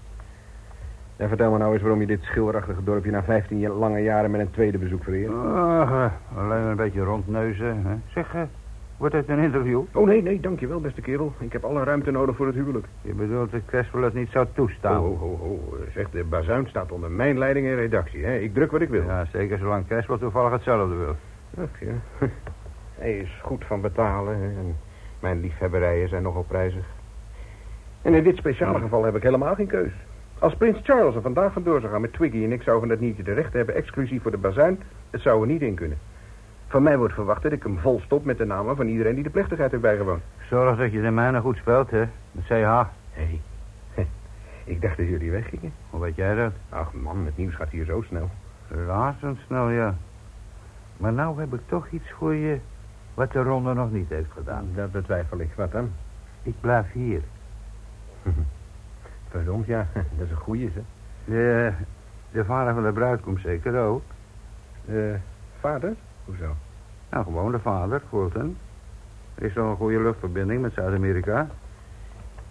Speaker 7: En vertel me nou eens waarom je dit schilderachtige dorpje na 15 jaar- lange jaren met een tweede bezoek vereert.
Speaker 4: Ach, eh, alleen een beetje rondneuzen. Hè? Zeg, eh, wordt het een interview?
Speaker 7: Oh, nee, nee, dankjewel, beste kerel. Ik heb alle ruimte nodig voor het huwelijk.
Speaker 4: Je bedoelt dat Creswell het niet zou toestaan?
Speaker 7: Oh, oh, oh. Zeg, de bazuin staat onder mijn leiding en redactie, hè. Ik druk wat ik wil.
Speaker 4: Ja, zeker zolang Creswell toevallig hetzelfde wil.
Speaker 7: Ach, ja. Hij is goed van betalen hè, en mijn liefhebberijen zijn nogal prijzig. En in dit speciale geval heb ik helemaal geen keus. Als prins Charles er vandaag vandoor zou gaan met Twiggy en ik zou van dat nietje de rechten hebben, exclusief voor de bazuin, het zou er niet in kunnen. Van mij wordt verwacht dat ik hem vol stop met de namen van iedereen die de plechtigheid heeft bijgewoond.
Speaker 4: Zorg dat je de mijne goed speelt, hè? Met CH.
Speaker 7: Hé, [LAUGHS] ik dacht dat jullie weggingen.
Speaker 4: Hoe weet jij dat?
Speaker 7: Ach man, het nieuws gaat hier zo snel.
Speaker 4: Razendsnel, ja. Maar nou heb ik toch iets voor je wat de ronde nog niet heeft gedaan.
Speaker 7: Dat betwijfel ik. Wat dan?
Speaker 4: Ik blijf hier.
Speaker 7: [LAUGHS] Verdomd, ja. [LAUGHS] Dat is een goeie, hè.
Speaker 4: De, de vader van de bruid komt zeker ook.
Speaker 7: Eh, vader? Hoezo?
Speaker 4: Nou, gewoon de vader, Fulton. Er is al een goede luchtverbinding met Zuid-Amerika.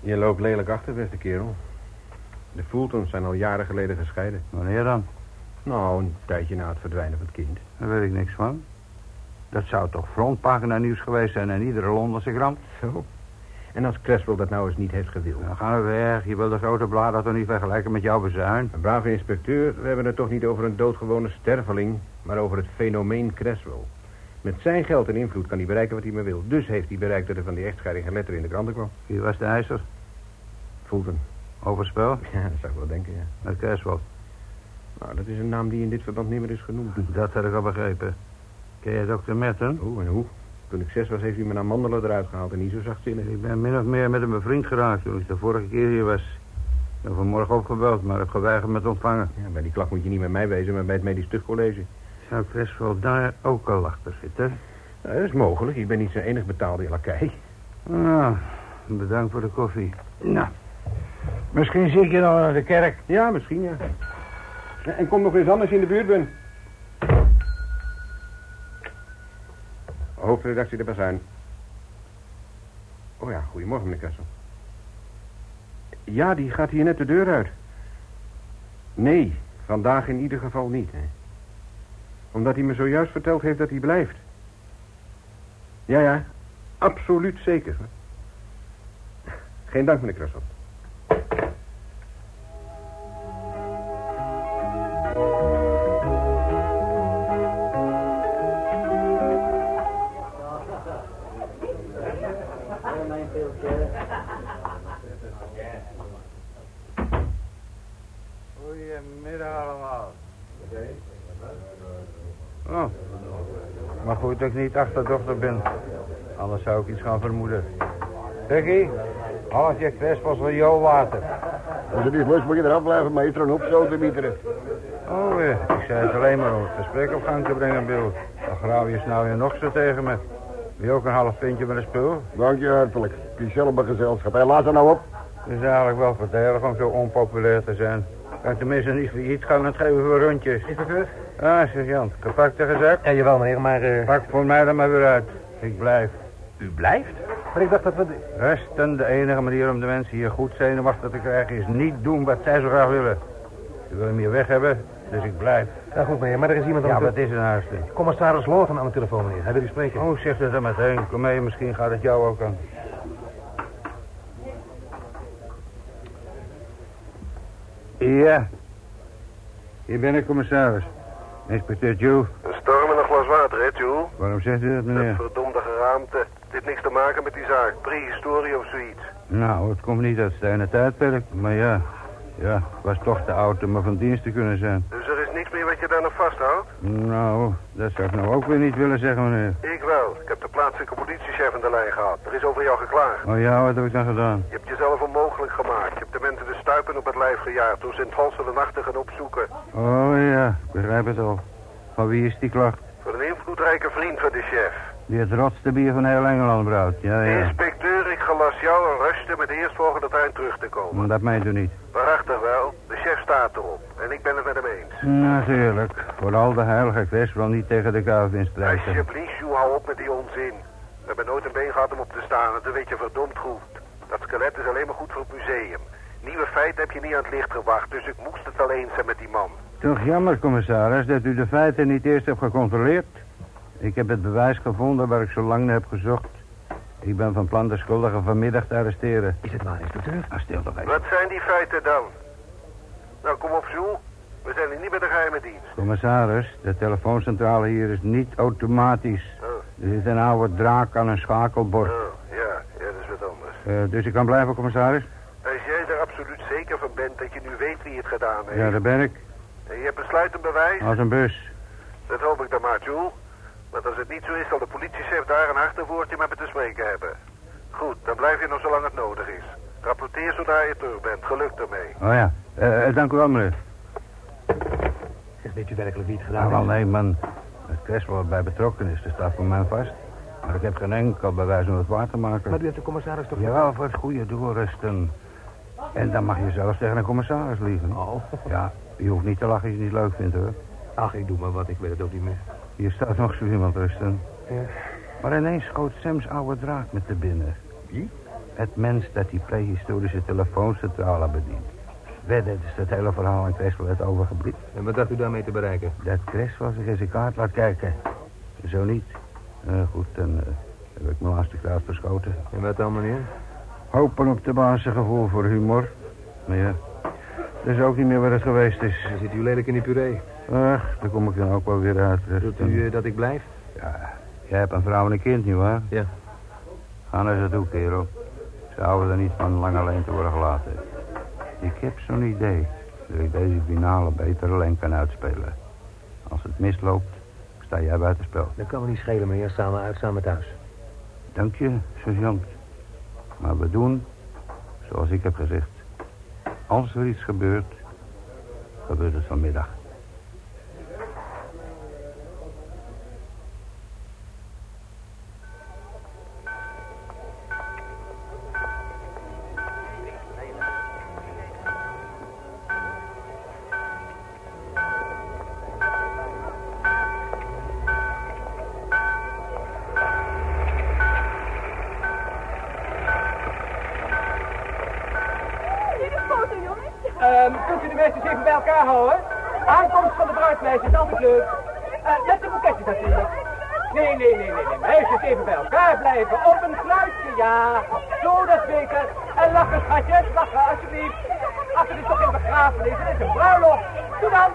Speaker 7: Je loopt lelijk achter, beste kerel. De Fultons zijn al jaren geleden gescheiden.
Speaker 4: Wanneer dan?
Speaker 7: Nou, een tijdje na het verdwijnen van het kind.
Speaker 4: Daar weet ik niks van. Dat zou toch frontpagina nieuws geweest zijn in iedere Londense krant?
Speaker 7: Zo. En als Creswell dat nou eens niet heeft gewild.
Speaker 4: Dan gaan we nou weg. Je wil de grote bladen toch niet vergelijken met jouw bezuin?
Speaker 7: Brave inspecteur, we hebben het toch niet over een doodgewone sterveling... maar over het fenomeen Creswell. Met zijn geld en invloed kan hij bereiken wat hij maar wil. Dus heeft hij bereikt dat er van die echtscheiding geen letter in de kranten kwam.
Speaker 4: Wie was de ijzer?
Speaker 7: Fulton.
Speaker 4: Overspel?
Speaker 7: Ja, dat zou ik wel denken, ja.
Speaker 4: Met Kerswald.
Speaker 7: Nou, dat is een naam die in dit verband niet meer is genoemd.
Speaker 4: [LAUGHS] Dat heb ik al begrepen. Ken je dokter Merton?
Speaker 7: Hoe en hoe? Toen ik zes was, heeft hij me naar mandelen eruit gehaald en niet zo zachtzinnig.
Speaker 4: Ik ben min of meer met hem bevriend geraakt toen ik de vorige keer hier was. Ik heb vanmorgen opgebeld, maar heb geweigerd met ontvangen.
Speaker 7: Ja, bij die klacht moet je niet met mij wezen, maar bij het medisch tuchtcollege.
Speaker 4: Zou Creswell daar ook al achter zitten?
Speaker 7: Nou, dat is mogelijk. Ik ben niet zijn enig betaalde lakij.
Speaker 4: Nou, bedankt voor de koffie.
Speaker 3: Nou, misschien zie ik je nog naar de kerk.
Speaker 7: Ja, misschien, ja. Ja, En kom nog eens anders in de buurt ben. Hoofdredactie de Bazuin. Oh ja, goedemorgen, meneer Kessel. Ja, die gaat hier net de deur uit. Nee, vandaag in ieder geval niet. Hè. Omdat hij me zojuist verteld heeft dat hij blijft. Ja, ja, absoluut zeker. hè. Geen dank, meneer Kessel.
Speaker 3: Oh, Goedemiddag allemaal.
Speaker 4: Oh, maar goed dat ik niet achterdochter ben. Anders zou ik iets gaan vermoeden. Ricky, half je Creswell van jouw water.
Speaker 8: Als het is los, moet je eraf blijven, maar heeft er een hoop zo te mieteren.
Speaker 4: Oh, eh, ik zei het alleen maar om het gesprek op gang te brengen, Bill. Dan grauw je nou weer nog zo tegen me. Wil je ook een half pintje met een spul?
Speaker 8: Dank je hartelijk. Kies zelf mijn gezelschap. Hé, laat er nou op.
Speaker 4: Het is eigenlijk wel verdelig om zo onpopulair te zijn. Kan tenminste niet failliet gaan en het geven voor rondjes.
Speaker 12: Inspecteur?
Speaker 4: Ah, sergeant, gepakt en gezakt.
Speaker 12: Ja, jawel, meneer, maar... eh,
Speaker 4: Pak voor mij er maar weer uit. Ik blijf.
Speaker 12: U blijft? Maar ik dacht dat we... de-
Speaker 4: Rusten, de enige manier om de mensen hier goed zenuwachtig te krijgen is niet doen wat zij zo graag willen. Ze willen hem hier weg hebben, dus ik blijf.
Speaker 12: Nou goed, meneer, maar er is iemand
Speaker 4: Ja,
Speaker 12: aan de
Speaker 4: wat is een huisling?
Speaker 12: tele- Commissaris Lawton aan de telefoon, meneer. Hij wil u spreken.
Speaker 4: Oh, zeg dat dan meteen. Kom mee, misschien gaat het jou ook aan. Ja. Hier ben ik, commissaris. Inspecteur Joe.
Speaker 17: Een storm en een glas water, hè, Jules?
Speaker 4: Waarom zegt u dat,
Speaker 17: Dat
Speaker 4: meneer?
Speaker 17: verdomde geraamte. Dit niks te maken met die zaak. Prehistorie of zoiets.
Speaker 4: Nou, het komt niet uit het ene tijdperk, maar ja. Ja, was toch te oud om me van dienst te kunnen zijn.
Speaker 8: Dus er is niks meer wat je daar nog vasthoudt?
Speaker 4: Nou, dat zou ik nou ook weer niet willen zeggen, meneer.
Speaker 8: Ik wel. Ik heb de plaatselijke politiechef aan de lijn gehad. Er is over jou geklaagd.
Speaker 4: Oh ja, wat heb ik dan gedaan?
Speaker 8: Je hebt jezelf onmogelijk gemaakt. Je hebt de mensen de stuipen op het lijf gejaagd toen ze in het valse de nachten gaan opzoeken.
Speaker 4: Oh ja, ik begrijp het al. Van wie is die klacht?
Speaker 8: Voor een invloedrijke vriend van de chef.
Speaker 4: Die het rotste bier van heel Engeland brouwt. Ja, ja.
Speaker 8: Inspecteur, ik gelas jou een rusten met de eerstvolgende trein terug te komen.
Speaker 4: Maar dat meent u niet.
Speaker 8: Waarachtig wel, de chef staat erop. En ik ben het met hem eens.
Speaker 4: Natuurlijk. Vooral de heilige kwestie wil niet tegen de Calvin strijden.
Speaker 8: Alsjeblieft, Sjoe, hou op met die onzin. We hebben nooit een been gehad om op te staan, en dat weet je verdomd goed. Dat skelet is alleen maar goed voor het museum. Nieuwe feiten heb je niet aan het licht gewacht, dus ik moest het alleen zijn met die man.
Speaker 4: Toch jammer, commissaris, dat u de feiten niet eerst hebt gecontroleerd. Ik heb het bewijs gevonden waar ik zo lang naar heb gezocht. Ik ben van plan de schuldigen vanmiddag te arresteren. Is het waar, inspecteur? Ah, stil toch even.
Speaker 8: Wat zijn die feiten dan? Nou, kom op, Sjoe. We zijn hier niet bij de geheime dienst.
Speaker 4: Commissaris, de telefooncentrale hier is niet automatisch. Er zit een oude draak aan een schakelbord.
Speaker 8: Oh, Ja, ja, dat is wat anders.
Speaker 4: Eh, dus ik kan blijven, commissaris?
Speaker 8: Als jij er absoluut zeker van bent dat je nu weet wie het gedaan heeft.
Speaker 4: Ja, daar ben ik.
Speaker 8: En je hebt besluitend bewijs?
Speaker 4: Als een bus.
Speaker 8: Dat hoop ik dan maar, Jules. Want als het niet zo is, zal de politiechef daar een achterwoordje met me te spreken hebben. Goed, dan blijf je nog zolang het nodig is. Rapporteer zodra je terug bent. Geluk ermee.
Speaker 4: Oh ja, Eh, eh, dank u wel, meneer.
Speaker 5: Zeg, weet u werkelijk wie het gedaan
Speaker 4: Nou, wel,
Speaker 5: heeft?
Speaker 4: nee, man. Het Creswell erbij betrokken is, dus staat voor mij vast. Maar ik heb geen enkel bewijs om het waar te maken.
Speaker 5: Maar u hebt de commissaris toch...
Speaker 4: Jawel, voor het goede doorrusten. En dan mag je zelfs tegen een commissaris liegen. Oh. Ja, je hoeft niet te lachen als je het niet leuk vindt, hoor.
Speaker 5: Ach, ik doe maar wat, ik weet het ook niet meer.
Speaker 4: Hier staat nog zo iemand rusten.
Speaker 5: Ja.
Speaker 4: Maar ineens schoot Sam's oude draak met de binnen.
Speaker 5: Wie?
Speaker 4: Het mens dat die prehistorische telefooncentrale bedient. Weet, dat is het hele verhaal aan Creswell het overgeblieft.
Speaker 5: En wat dacht u daarmee te bereiken?
Speaker 4: Dat Creswell zich eens een kaart laat kijken. Zo niet. Eh, goed, dan eh, heb ik mijn laatste kaart verschoten.
Speaker 5: En wat dan, meneer?
Speaker 4: Hopen op de baas een gevoel voor humor. Maar ja, dat is ook niet meer waar het geweest is.
Speaker 5: Dan zit u lelijk in die puree.
Speaker 4: Ach, daar kom ik dan ook wel weer uit. dus
Speaker 5: Wilt u eh, dat ik blijf?
Speaker 4: Jij hebt een vrouw en een kind, nietwaar?
Speaker 5: Ja.
Speaker 4: Ga naar ze toe, kerel. Ze houden er niet van lang alleen te worden gelaten. Ik heb zo'n idee dat ik deze finale beter alleen kan uitspelen. Als het misloopt, sta jij buitenspel.
Speaker 5: Dat kan me niet schelen, meneer. Samen uit, samen thuis.
Speaker 4: Dank je, sergeant. Maar we doen zoals ik heb gezegd. Als er iets gebeurt, gebeurt het vanmiddag.
Speaker 3: Ehm, kunt u de meisjes even bij elkaar houden? Aankomst van de bruidsmeisjes is altijd leuk. Eh, met de boeketjes natuurlijk. Nee, nee, nee, nee, nee. Meisjes even bij elkaar blijven. Op een fluitje, ja. Zo, dat is beter. En lachen, schatjes. Lachen, alsjeblieft. Ach, het is toch geen begrafenis. Het is een bruiloft. Doe dan.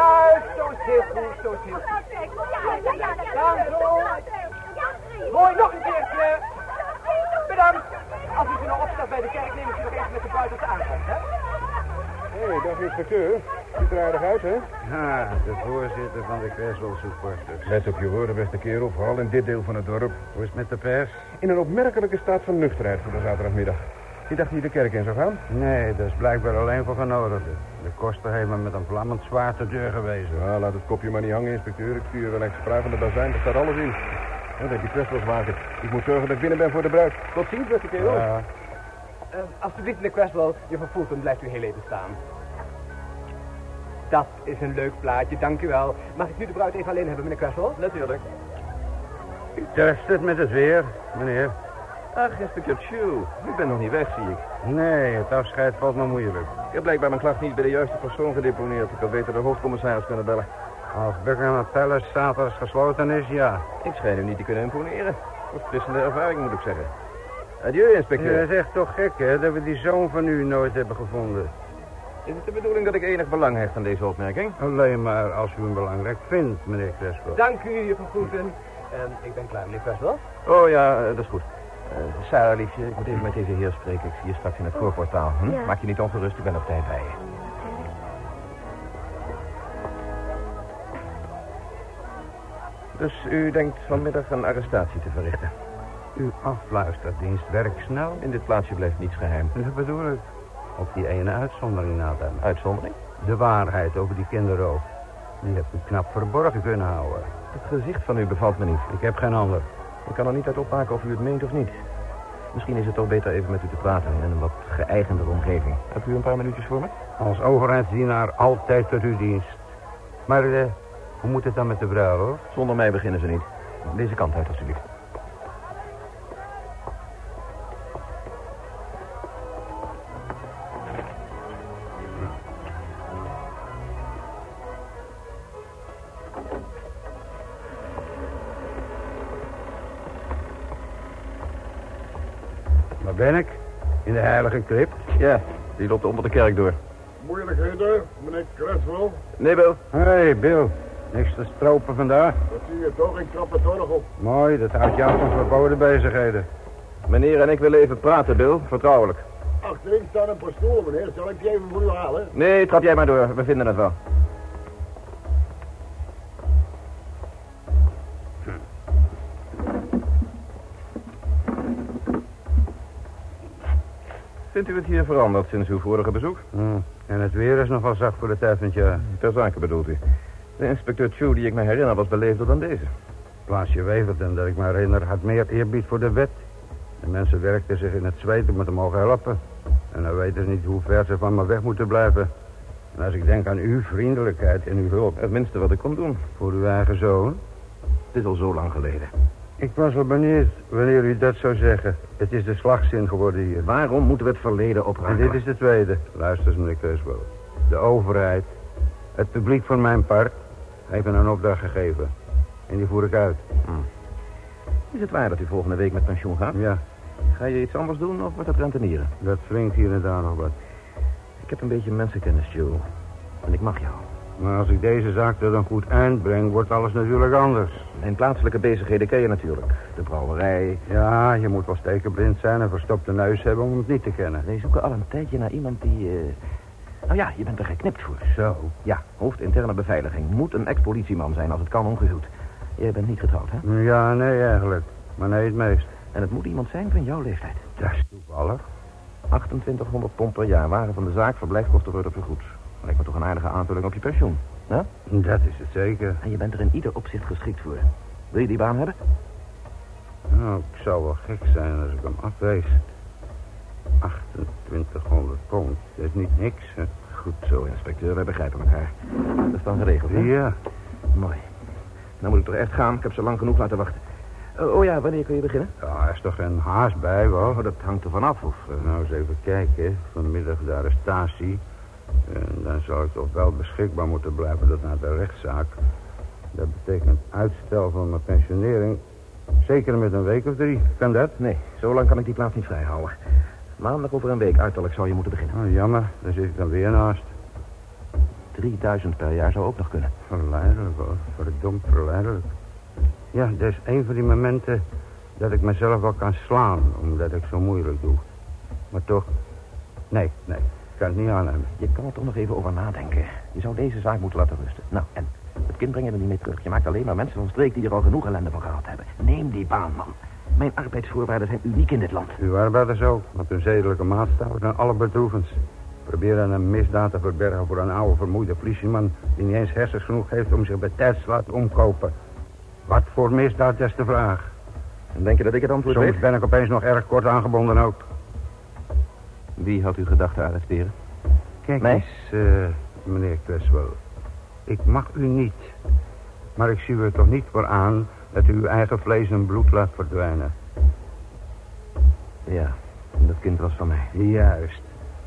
Speaker 3: Juist, zo is heel goed. Zo is heel goed. Dan zo. Mooi, nog een keertje. Bedankt. Als u ze nou opstaat bij de kerk, neem ik ze nog even met de buitenste aankomst, hè?
Speaker 7: Hé, hey, dag inspecteur. Ziet er aardig uit, hè?
Speaker 4: Ja, de voorzitter van de Creswell supporters.
Speaker 7: Let op je woorden, beste kerel. Vooral in dit deel van het dorp.
Speaker 4: Hoe is het met de pers?
Speaker 7: In een opmerkelijke staat van nuchterheid voor de zaterdagmiddag. Je dacht niet de kerk in zou gaan?
Speaker 4: Nee, dat is blijkbaar alleen voor genodigden. De koster heeft me met een vlammend zwaard de deur gewezen.
Speaker 7: Ja, laat het kopje maar niet hangen, inspecteur. Ik stuur je wel extra van de bazijn. Daar staat alles in. Ja, dat heb je best wel zwaar. Ik moet zorgen dat ik binnen ben voor de bruid. Tot ziens, beste kerel.
Speaker 4: Ja.
Speaker 3: Eh, alsjeblieft, meneer Creswell, je vervoelt hem, blijft u heel even staan. Dat is een leuk plaatje, dank u wel. Mag ik nu de bruid even alleen hebben, meneer Creswell? Natuurlijk.
Speaker 4: U treft het met het weer, meneer.
Speaker 5: Ach, inspecteur Chew. U bent nog niet weg, zie ik.
Speaker 4: Nee, het afscheid valt me moeilijk.
Speaker 5: Ik heb blijkbaar mijn klacht niet bij de juiste persoon gedeponeerd. Ik had beter de hoofdcommissaris kunnen bellen.
Speaker 4: Als Buckingham Palace zaterdags gesloten is, ja.
Speaker 5: Ik schijn hem niet te kunnen imponeren. Verfrissende ervaring, moet ik zeggen. Adieu, inspecteur.
Speaker 4: Het is echt toch gek, hè, dat we die zoon van u nooit hebben gevonden.
Speaker 5: Is het de bedoeling dat ik enig belang hecht aan deze opmerking?
Speaker 4: Alleen maar als u hem belangrijk vindt, meneer Crespo.
Speaker 3: Ehm, Dank u, je vergroeten. En ik ben klaar, meneer Creswell.
Speaker 5: Oh ja, eh, dat is goed.
Speaker 2: Eh, Sarah, liefje, ik moet even met deze heer spreken. Ik zie je straks in het voorportaal. Hm?
Speaker 13: Ja.
Speaker 2: Maak je niet ongerust, ik ben op tijd bij je. Dus u denkt vanmiddag een arrestatie te verrichten? Uw afluisterdienst werkt snel. In dit plaatsje blijft niets geheim. Dat bedoel ik.
Speaker 4: Op die ene uitzondering na dan. Uitzondering? De waarheid over die kinderroof. Die hebt u knap verborgen kunnen houden.
Speaker 2: Het gezicht van u bevalt me niet. Ik heb geen ander. Ik kan er niet uit opmaken of u het meent of niet. Misschien is het toch beter even met u te praten in een wat geëigender omgeving. Hebt u een paar minuutjes voor me?
Speaker 4: Als overheidsdienaar altijd tot uw dienst. Maar eh, hoe moet het dan met de bruiloft?
Speaker 2: Zonder mij beginnen ze niet. Deze kant uit, alsjeblieft.
Speaker 4: Waar ben ik? In de heilige crypt?
Speaker 2: Ja, die loopt onder de kerk door.
Speaker 11: Moeilijkheden, meneer Creswell?
Speaker 2: Nee, Bill.
Speaker 4: Hé, hey, Bill. Niks te stropen vandaag.
Speaker 11: Dat zie je toch, ik trap het toch nog op.
Speaker 4: Mooi, dat houdt jou van verboden bezigheden.
Speaker 2: Meneer en ik willen even praten, Bill. Vertrouwelijk.
Speaker 11: Achterin staat een pistool, meneer. Zal ik die even voor u halen?
Speaker 2: Nee, trap jij maar door. We vinden het wel. Vindt u het hier veranderd sinds uw vorige bezoek?
Speaker 4: En het weer is nogal zacht voor de tijd van het jaar.
Speaker 2: Ter zake bedoelt u. De inspecteur Chu die ik me herinner was beleefder dan deze.
Speaker 4: Plaatsje Weverden, dat ik me herinner, had meer eerbied voor de wet. De mensen werkten zich in het zweet om me te mogen helpen. En dan weten ze niet hoe ver ze van me weg moeten blijven. En als ik denk aan uw vriendelijkheid en uw hulp...
Speaker 2: Het minste wat ik kon doen.
Speaker 4: Voor uw eigen zoon?
Speaker 2: Het is al zo lang geleden.
Speaker 4: Ik was wel benieuwd wanneer u dat zou zeggen. Het is de slagzin geworden hier.
Speaker 2: Waarom moeten we het verleden
Speaker 4: En
Speaker 2: opruimen?
Speaker 4: dit is de tweede. Luister eens, meneer Creswell. De overheid, het publiek van mijn part, heeft me een opdracht gegeven. En die voer ik uit.
Speaker 2: Hm. Is het waar dat u volgende week met pensioen gaat?
Speaker 4: Ja,
Speaker 2: Ga je iets anders doen of wordt het rentenieren?
Speaker 4: dat flinkt hier en daar nog wat.
Speaker 2: Ik heb een beetje mensenkennis, Joe. En ik mag jou.
Speaker 4: Maar als ik deze zaak tot een goed eind breng, wordt alles natuurlijk anders.
Speaker 2: Mijn plaatselijke bezigheden ken je natuurlijk. De brouwerij.
Speaker 4: Ja, je moet wel stekenblind zijn en verstopte neus hebben om het niet te kennen.
Speaker 2: Nee, zoeken al een tijdje naar iemand die... eh, Nou ja, je bent er geknipt voor.
Speaker 4: Zo.
Speaker 2: Ja, hoofd interne beveiliging. Moet een ex-politieman zijn als het kan ongehuwd. Jij bent niet getrouwd, hè?
Speaker 4: Ja, nee, eigenlijk. Maar nee, het meest.
Speaker 2: En het moet iemand zijn van jouw leeftijd.
Speaker 4: Dat is toevallig.
Speaker 2: 2800 pond per jaar. Waren van de zaak, verblijfkosten worden vergoed. Lijkt me toch een aardige aanvulling op je pensioen. hè?
Speaker 4: Dat is het zeker.
Speaker 2: En je bent er in ieder opzicht geschikt voor. Wil je die baan hebben?
Speaker 4: Nou, ik zou wel gek zijn als ik hem afwees. 2800 pond, dat is niet niks. hè.
Speaker 2: Goed zo, inspecteur. Wij begrijpen elkaar. Dat is dan geregeld, hè?
Speaker 4: Ja.
Speaker 2: Mooi. Dan moet ik toch echt gaan. Ik heb ze lang genoeg laten wachten. Eh, oh ja, wanneer kun je beginnen?
Speaker 4: Ja, er is toch geen haast bij, wel?
Speaker 2: Oh, dat hangt er vanaf, of... eh,
Speaker 4: Nou, eens even kijken. Vanmiddag de arrestatie. En dan zal ik toch wel beschikbaar moeten blijven tot naar de rechtszaak. Dat betekent uitstel van mijn pensionering. Zeker met een week of drie. Kan dat?
Speaker 2: Nee, zo lang kan ik die plaats niet vrijhouden. Maandag over een week uiterlijk zou je moeten beginnen.
Speaker 4: Oh, jammer, daar zit ik dan weer naast.
Speaker 2: 3000 per jaar zou ook nog kunnen.
Speaker 4: Verleidelijk hoor, verdomd verleidelijk. Ja, dat is een van die momenten dat ik mezelf wel kan slaan, omdat ik zo moeilijk doe. Maar toch, nee, nee, ik kan het niet aannemen.
Speaker 2: Je kan er toch nog even over nadenken. Je zou deze zaak moeten laten rusten. Nou, en het kind breng je er niet mee terug. Je maakt alleen maar mensen van streek die er al genoeg ellende van gehad hebben. Neem die baan, man. Mijn arbeidsvoorwaarden zijn uniek in dit land.
Speaker 4: Uw arbeiders ook, want hun zedelijke maatstaven zijn alle bedroevens. Proberen een misdaad te verbergen voor een oude vermoeide politieman die niet eens hersens genoeg heeft om zich bij tijd te laten omkopen. Wat voor misdaad, dat is de vraag.
Speaker 2: En denk je dat ik het antwoord
Speaker 4: Soms
Speaker 2: weet?
Speaker 4: ben ik opeens nog erg kort aangebonden ook.
Speaker 2: Wie had u gedacht te arresteren?
Speaker 4: Kijk
Speaker 2: Mij?
Speaker 4: eens, eh, meneer Creswell. Ik mag u niet. Maar ik zie u er toch niet voor aan dat u uw eigen vlees en bloed laat verdwijnen.
Speaker 2: Ja, dat kind was van mij.
Speaker 4: Juist.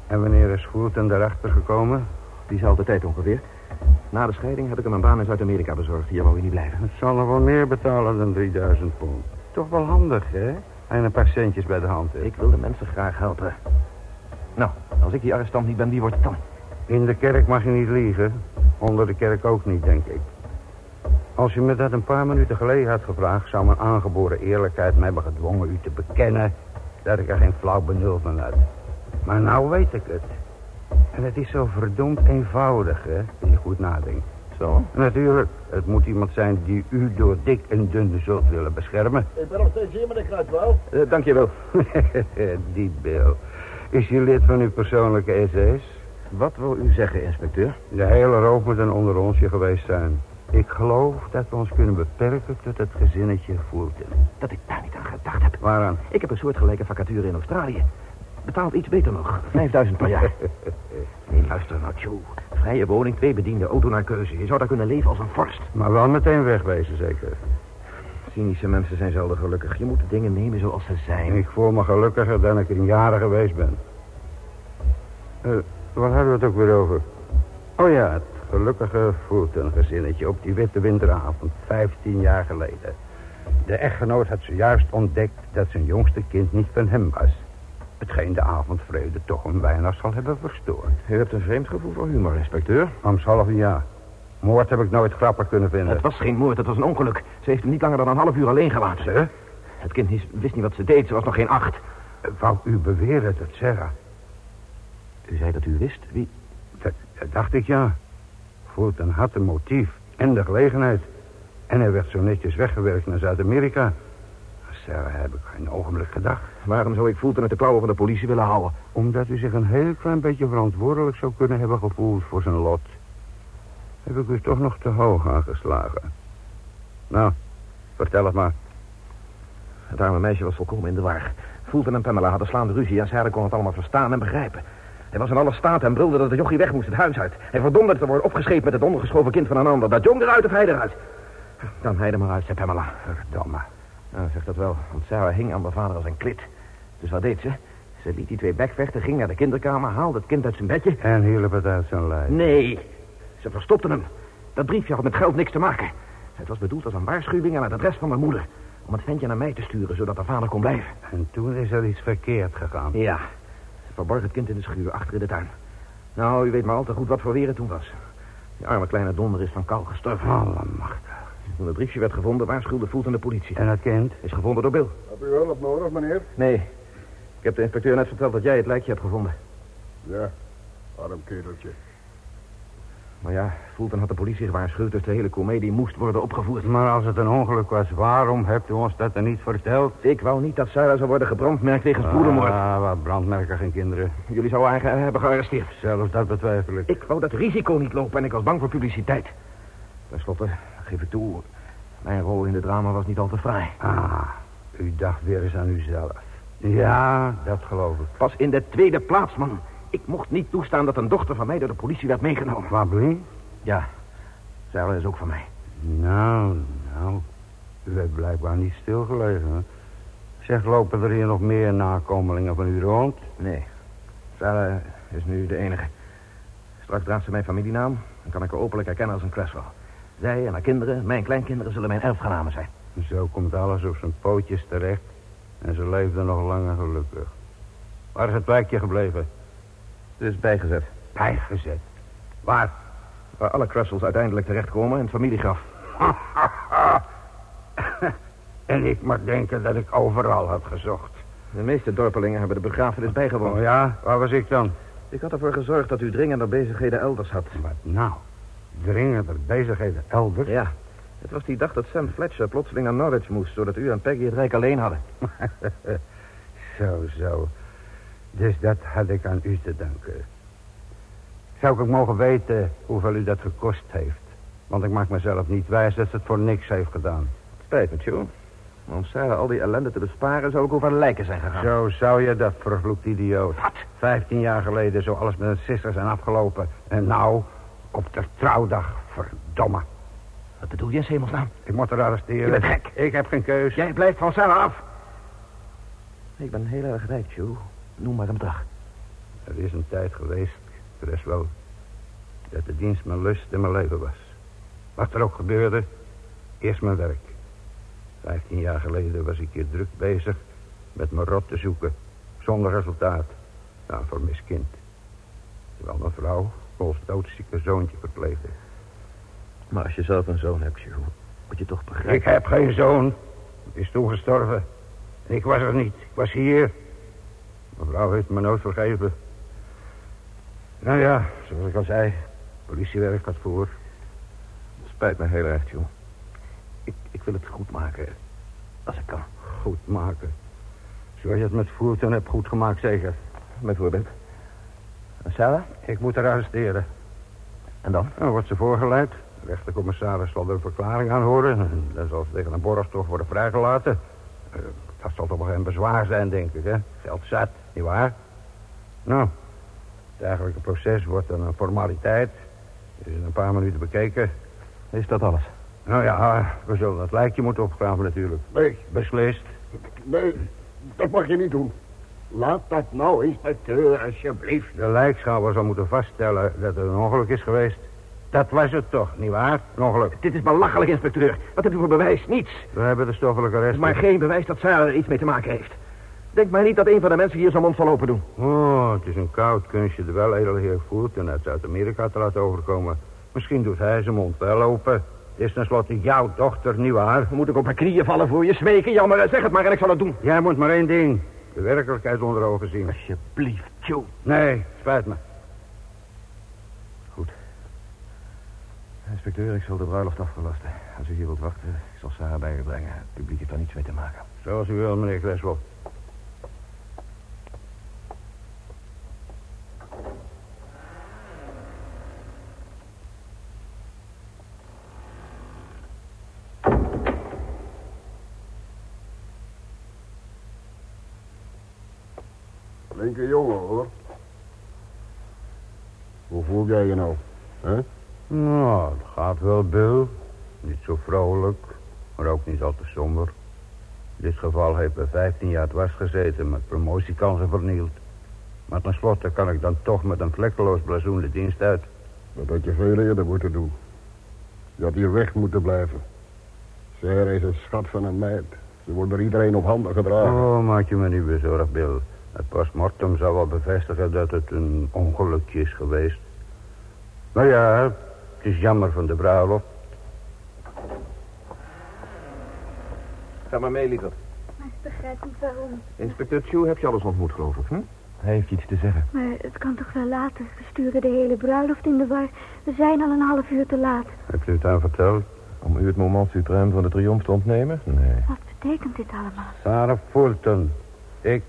Speaker 4: En wanneer is Fulton erachter gekomen?
Speaker 2: Diezelfde tijd ongeveer. Na de scheiding heb ik hem een baan in Zuid-Amerika bezorgd. Hier wou hij niet blijven.
Speaker 4: Het zal nog wel meer betalen dan 3000 pond. Toch wel handig, hè? En een paar centjes bij de hand. hè?
Speaker 2: Ik wil de mensen graag helpen. Nou, als ik die arrestant niet ben, wie wordt het dan?
Speaker 4: In de kerk mag je niet liegen. Onder de kerk ook niet, denk ik. Als u me dat een paar minuten geleden had gevraagd... zou mijn aangeboren eerlijkheid mij hebben gedwongen u te bekennen... dat ik er geen flauw benul van had. Maar nou weet ik het. En het is zo verdomd eenvoudig, hè, als je goed nadenkt.
Speaker 2: Zo?
Speaker 4: Natuurlijk, het moet iemand zijn die u door dik en dun zult willen beschermen.
Speaker 11: Ik ben nog steeds hier, meneer Kruidwel.
Speaker 4: dank je wel. Eh, [LAUGHS] die Bill. Is je lid van uw persoonlijke SS?
Speaker 2: Wat wil u zeggen, inspecteur?
Speaker 4: De hele roof moet een onder onsje geweest zijn. Ik geloof dat we ons kunnen beperken tot het gezinnetje Fulton.
Speaker 2: Dat ik
Speaker 13: Nou,
Speaker 2: daar niet aan gedacht heb.
Speaker 4: Waaraan?
Speaker 2: Ik heb een soortgelijke vacature in Australië. Betaalt iets beter nog. 5000 per
Speaker 4: [LAUGHS]
Speaker 2: jaar. Nee, luister nou, Joe. Vrije woning, twee bedienden, auto naar keuze. Je zou daar kunnen leven als een vorst.
Speaker 4: Maar wel meteen wegwezen, zeker.
Speaker 2: Cynische mensen zijn zelden gelukkig. Je moet de dingen nemen zoals ze zijn.
Speaker 4: Ik voel me gelukkiger dan ik in jaren geweest ben. Eh, waar hadden we het ook weer over? Oh ja, het gelukkige Fulton-gezinnetje op die witte winteravond, 15 jaar geleden. De echtgenoot had zojuist ontdekt dat zijn jongste kind niet van hem was. Hetgeen de avondvrede toch een weinig zal hebben verstoord.
Speaker 2: U hebt een vreemd gevoel voor humor, inspecteur.
Speaker 4: Amshalve ja. Moord heb ik nooit grappig kunnen vinden.
Speaker 2: Het was geen moord, het was een ongeluk. Ze heeft hem niet langer dan een half uur alleen gelaten.
Speaker 4: Hè?
Speaker 2: Het kind is- wist niet wat ze deed, ze was nog geen acht.
Speaker 4: Wou u beweren dat Sarah...
Speaker 2: U zei dat u wist? Wie?
Speaker 4: Dat, dat dacht ik, ja. Fulton had een motief en de gelegenheid. En hij werd zo netjes weggewerkt naar Zuid-Amerika. Aan Sarah heb ik geen ogenblik gedacht.
Speaker 2: Waarom zou ik Fulton uit de klauwen van de politie willen houden?
Speaker 4: Omdat u zich een heel klein beetje verantwoordelijk zou kunnen hebben gevoeld voor zijn lot. Heb ik u toch nog te hoog aangeslagen. Nou, vertel het maar.
Speaker 2: Het arme meisje was volkomen in de war. Fulton en Pamela hadden slaande ruzie en Sarah kon het allemaal verstaan en begrijpen. Hij was in alle staat en brulde dat de jochie weg moest het huis uit. Hij verdomde te worden opgescheept met het ondergeschoven kind van een ander. Dat jong eruit of hij eruit. Dan hij er maar uit, zei Pamela. Verdomme. Nou, zeg dat wel, want Sarah hing aan mijn vader als een klit. Dus wat deed ze? Ze liet die twee bekvechten, ging naar de kinderkamer, haalde het kind uit zijn bedje.
Speaker 4: En hielp het uit zijn lijf.
Speaker 2: Nee, ze verstopten hem. Dat briefje had met geld niks te maken. Het was bedoeld als een waarschuwing aan het adres van mijn moeder. Om het ventje naar mij te sturen, zodat haar vader kon blijven.
Speaker 4: En toen is er iets verkeerd gegaan.
Speaker 2: Ja, ze verborg het kind in de schuur achter in de tuin. Nou, u weet maar al te goed wat voor weer het toen was. Die arme kleine donder is van kou gestorven.
Speaker 4: Allemachtig.
Speaker 2: Toen het briefje werd gevonden, waarschuwde Fulton de politie.
Speaker 4: En dat kind?
Speaker 2: Is gevonden door Bill.
Speaker 11: Heb u hulp nodig, meneer?
Speaker 2: Nee, ik heb de inspecteur net verteld dat jij het lijkje hebt gevonden.
Speaker 11: Ja, arm kereltje.
Speaker 2: Maar ja, Fulton had de politie gewaarschuwd, dus de hele komedie moest worden opgevoerd.
Speaker 4: Maar als het een ongeluk was, waarom hebt u ons dat er niet verteld?
Speaker 2: Ik wou niet dat Sarah zou worden gebrandmerkt wegens broedermoord.
Speaker 4: Ah, wat brandmerken geen kinderen.
Speaker 2: Jullie zouden eigenlijk hebben gearresteerd.
Speaker 4: Zelfs dat betwijfel ik.
Speaker 2: Ik wou dat risico niet lopen en ik was bang voor publiciteit. Ten slotte, geef ik toe, mijn rol in het drama was niet al te fraai.
Speaker 4: Ah, u dacht weer eens aan uzelf. Ja, dat geloof ik.
Speaker 2: Pas in de tweede plaats, man. Ik mocht niet toestaan dat een dochter van mij door de politie werd meegenomen.
Speaker 4: Waar blieft?
Speaker 2: Ja, Sarah is ook van mij.
Speaker 4: Nou, nou. U hebt blijkbaar niet stilgelegen, hè? Zeg, lopen er hier nog meer nakomelingen van u rond?
Speaker 2: Nee, Sarah is nu de enige. Straks draagt ze mijn familienaam. Dan kan ik haar openlijk herkennen als een Creswell. Zij en haar kinderen, mijn kleinkinderen, zullen mijn erfgenamen zijn.
Speaker 4: Zo komt alles op zijn pootjes terecht. En ze leefden nog lang en gelukkig. Waar is het wijkje gebleven?
Speaker 2: Het is bijgezet.
Speaker 4: Bijgezet. Waar?
Speaker 2: Waar alle Creswells uiteindelijk terechtkomen in het familiegraf.
Speaker 4: [LAUGHS] en ik mag denken dat ik overal had gezocht.
Speaker 2: De meeste dorpelingen hebben de begrafenis bijgewoond.
Speaker 4: Oh ja, waar was ik dan?
Speaker 2: Ik had ervoor gezorgd dat u dringender bezigheden elders had.
Speaker 4: Wat nou? Dringender bezigheden elders?
Speaker 2: Ja. Het was die dag dat Sam Fletcher plotseling naar Norwich moest... zodat u en Peggy het rijk alleen hadden.
Speaker 4: [LAUGHS] Zo, zo. Dus dat had ik aan u te danken. Zou ik ook mogen weten hoeveel u dat gekost heeft? Want ik maak mezelf niet wijs dat ze het voor niks heeft gedaan.
Speaker 2: Spijt me, Joe. Maar om Sarah al die ellende te besparen... zou ik over lijken zijn gegaan.
Speaker 4: Zo zou je dat, vervloekt idioot.
Speaker 2: Wat?
Speaker 4: Vijftien jaar geleden zou alles met een zuster zijn afgelopen. En nou, op de trouwdag, verdomme.
Speaker 2: Wat bedoel je in hemelsnaam?
Speaker 4: Ik moet haar arresteren.
Speaker 2: Je bent gek.
Speaker 4: Ik heb geen keus.
Speaker 2: Jij blijft van Sarah af. Ik ben heel erg rijk, Joe. Noem maar een bedrag.
Speaker 4: Er is een tijd geweest, Creswell, dat de dienst mijn lust en mijn leven was. Wat er ook gebeurde, eerst mijn werk. Vijftien jaar geleden was ik hier druk bezig met mijn rot te zoeken, zonder resultaat. Nou, voor miskind. Terwijl mijn vrouw ons doodzieke zoontje verpleegde.
Speaker 2: Maar als je zelf een zoon hebt, Joe... Moet je toch begrijpen.
Speaker 4: Ik heb geen zoon. Is toen gestorven. Ik was er niet. Ik was hier. Mevrouw heeft me nooit vergeven. Nou ja, zoals ik al zei. Politiewerk gaat voor.
Speaker 2: Spijt me heel erg, joh. Ik, ik wil het goed maken. Als ik kan.
Speaker 4: Goed maken. Zoals je het met Voerten hebt goed gemaakt, zeker.
Speaker 2: Bijvoorbeeld. Sarah?
Speaker 4: Ik moet haar arresteren.
Speaker 2: En dan?
Speaker 4: Dan wordt ze voorgeleid. De rechtercommissaris zal een verklaring aanhoren. En Dan zal ze tegen een borgtocht worden vrijgelaten. Eh, Dat zal toch wel geen bezwaar zijn, denk ik, hè? Geld zat, nietwaar? Nou, het eigenlijke proces wordt dan een formaliteit. Is in een paar minuten bekeken.
Speaker 2: Is dat alles?
Speaker 4: Nou ja, we zullen het lijkje moeten opgraven natuurlijk.
Speaker 11: Nee.
Speaker 4: Beslist.
Speaker 11: Nee, dat mag je niet doen. Laat dat nou, inspecteur, alsjeblieft.
Speaker 4: De lijkschouwer zal moeten vaststellen dat er een ongeluk is geweest. Dat was het toch, nietwaar? Een ongeluk.
Speaker 2: Dit is belachelijk, inspecteur. Wat hebt u voor bewijs? Niets.
Speaker 4: We hebben de stoffelijke arresten.
Speaker 2: Maar geen bewijs dat Sarah er iets mee te maken heeft. Denk maar niet dat een van de mensen hier zijn mond zal open doen.
Speaker 4: Oh, het is een koud kunstje de weledelheer voert en uit Zuid-Amerika te laten overkomen. Misschien doet hij zijn mond wel open. Het is tenslotte jouw dochter, nietwaar?
Speaker 2: Moet ik op mijn knieën vallen voor je, smeken, jammer. eh, Zeg het maar en ik zal het doen.
Speaker 4: Jij moet maar één ding. De werkelijkheid onder ogen zien. Alsjeblieft,
Speaker 2: Joe.
Speaker 4: Nee, spijt me.
Speaker 2: Inspecteur, ik zal de bruiloft afgelasten. Als u hier wilt wachten, ik zal Sarah bij u brengen. Het publiek heeft daar niets mee te maken.
Speaker 4: Zoals u wil, meneer Greswell.
Speaker 11: Linker jongen, hoor. Hoe voel jij je nou? Hè?
Speaker 4: Nou, het gaat wel, Bill. Niet zo vrolijk, maar ook niet al te somber. In dit geval heeft hij 15 jaar dwars gezeten met promotiekansen vernield. Maar tenslotte kan ik dan toch met een vlekkeloos blazoen de dienst uit.
Speaker 11: Dat had je veel eerder moeten doen. Je had hier weg moeten blijven. Sarah is een schat van een meid. Ze wordt door iedereen op handen gedragen.
Speaker 4: Oh, maak je me niet bezorgd, Bill. Het postmortem zou wel bevestigen dat het een ongelukje is geweest. Maar ja, het is jammer van de bruiloft.
Speaker 2: Ga maar mee, liever.
Speaker 13: Maar ik begrijp niet waarom.
Speaker 2: Inspecteur Chu heb je alles ontmoet, geloof ik. Hm? Hij heeft iets te zeggen.
Speaker 13: Maar het kan toch wel later. We sturen de hele bruiloft in de war. We zijn al een half uur te laat.
Speaker 4: Hebt u het aan verteld?
Speaker 2: Om u het moment suprême van de triomf te ontnemen? Nee.
Speaker 13: Wat betekent dit allemaal?
Speaker 4: Sarah Fulton. Ik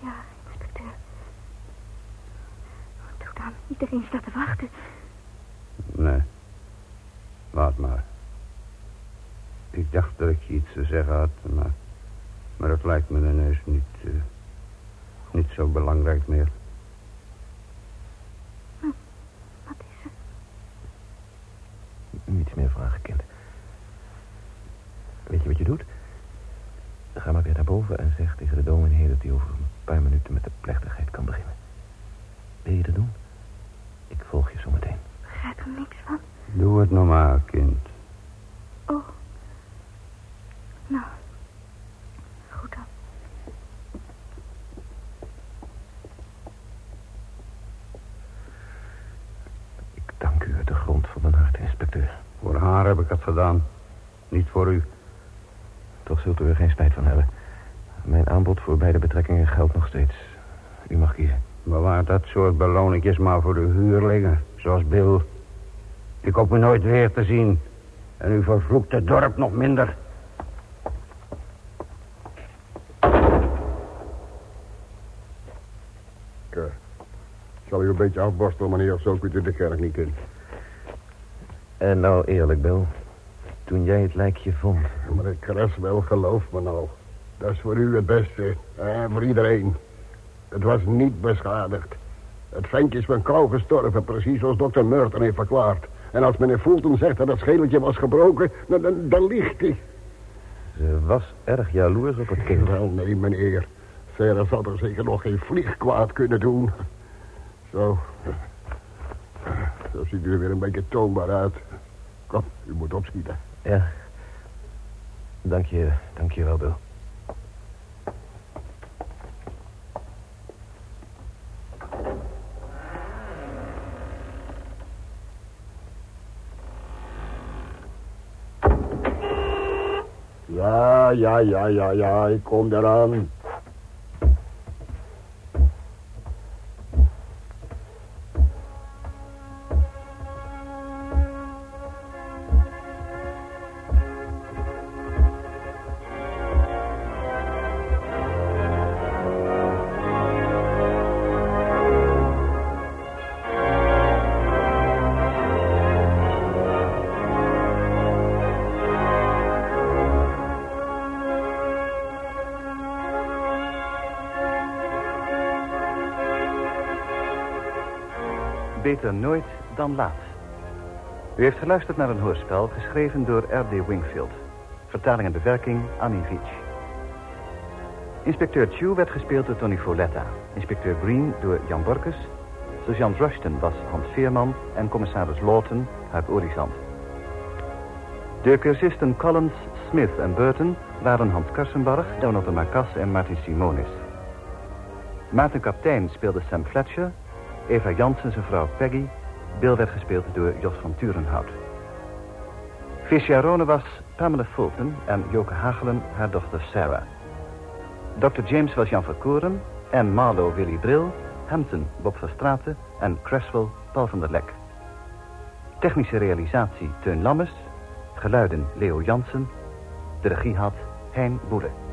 Speaker 13: Ja, inspecteur. Doe dan. Iedereen staat te wachten.
Speaker 4: Nee. Laat maar. Ik dacht dat ik je iets te zeggen had, maar... Maar het lijkt me ineens niet... eh, niet zo belangrijk meer.
Speaker 2: Niets meer vragen, kind. Weet je wat je doet? Ga maar weer naar boven en zeg tegen de dominee dat hij over een paar minuten met de plechtigheid kan beginnen. Wil je dat doen? Ik volg je zo meteen.
Speaker 13: Begrijp er niks van.
Speaker 4: Doe het nou maar, kind.
Speaker 13: Oh. Nou. Goed dan.
Speaker 2: Dank u uit de grond van mijn hart, inspecteur.
Speaker 4: Voor haar heb ik het gedaan. Niet voor u.
Speaker 2: Toch zult u er geen spijt van hebben. Mijn aanbod voor beide betrekkingen geldt nog steeds. U mag kiezen.
Speaker 4: Bewaar dat soort beloningjes maar voor de huurlingen, zoals Bill. Ik hoop me nooit weer te zien. En u vervloekt het dorp nog minder.
Speaker 11: Ik, eh, zal u een beetje afborstelen, meneer, of zo kunt u de kerk niet in.
Speaker 2: En nou eerlijk, Bill. Toen jij het lijkje vond...
Speaker 11: Meneer Creswell, geloof me nou. Dat is voor u het beste. En voor iedereen. Het was niet beschadigd. Het ventje is van kou gestorven, precies zoals dokter Merton heeft verklaard. En als meneer Fulton zegt dat het schedeltje was gebroken, dan, dan, dan liegt hij.
Speaker 2: Ze was erg jaloers op het kind.
Speaker 11: Wel, nee, meneer. Verder zal er zeker nog geen vlieg kwaad kunnen doen. Zo. Zo ziet u er weer een beetje toonbaar uit. Kom, u moet opschieten.
Speaker 2: Ja. Dank je, dank je wel, Bill.
Speaker 11: Ja, ja, ja, ja, ja, ik kom eraan.
Speaker 1: Beter nooit dan laat. U heeft geluisterd naar een hoorspel geschreven door R.D. Wingfield. Vertaling en bewerking Annie Veach. Inspecteur Chew werd gespeeld door Tony Folletta. Inspecteur Green door Jan Borkes. Sergeant Rushton was Hans Veerman en commissaris Lawton uit Orizant. De cursisten Collins, Smith en Burton waren Hans Karsenbarg, Donald de Marcas en Martin Simonis. Maarten Kaptein speelde Sam Fletcher, Eva Jansen zijn vrouw Peggy. Bill werd gespeeld door Jos van Turenhout. Fischerone was Pamela Fulton en Joke Hagelen haar dochter Sarah. Dr. James was Jan Verkoren en Marlowe Willy Bril, Hampton Bob van Straten en Cresswell Paul van der Lek. Technische realisatie Teun Lammers, geluiden Leo Jansen, de regie had Hein Boele.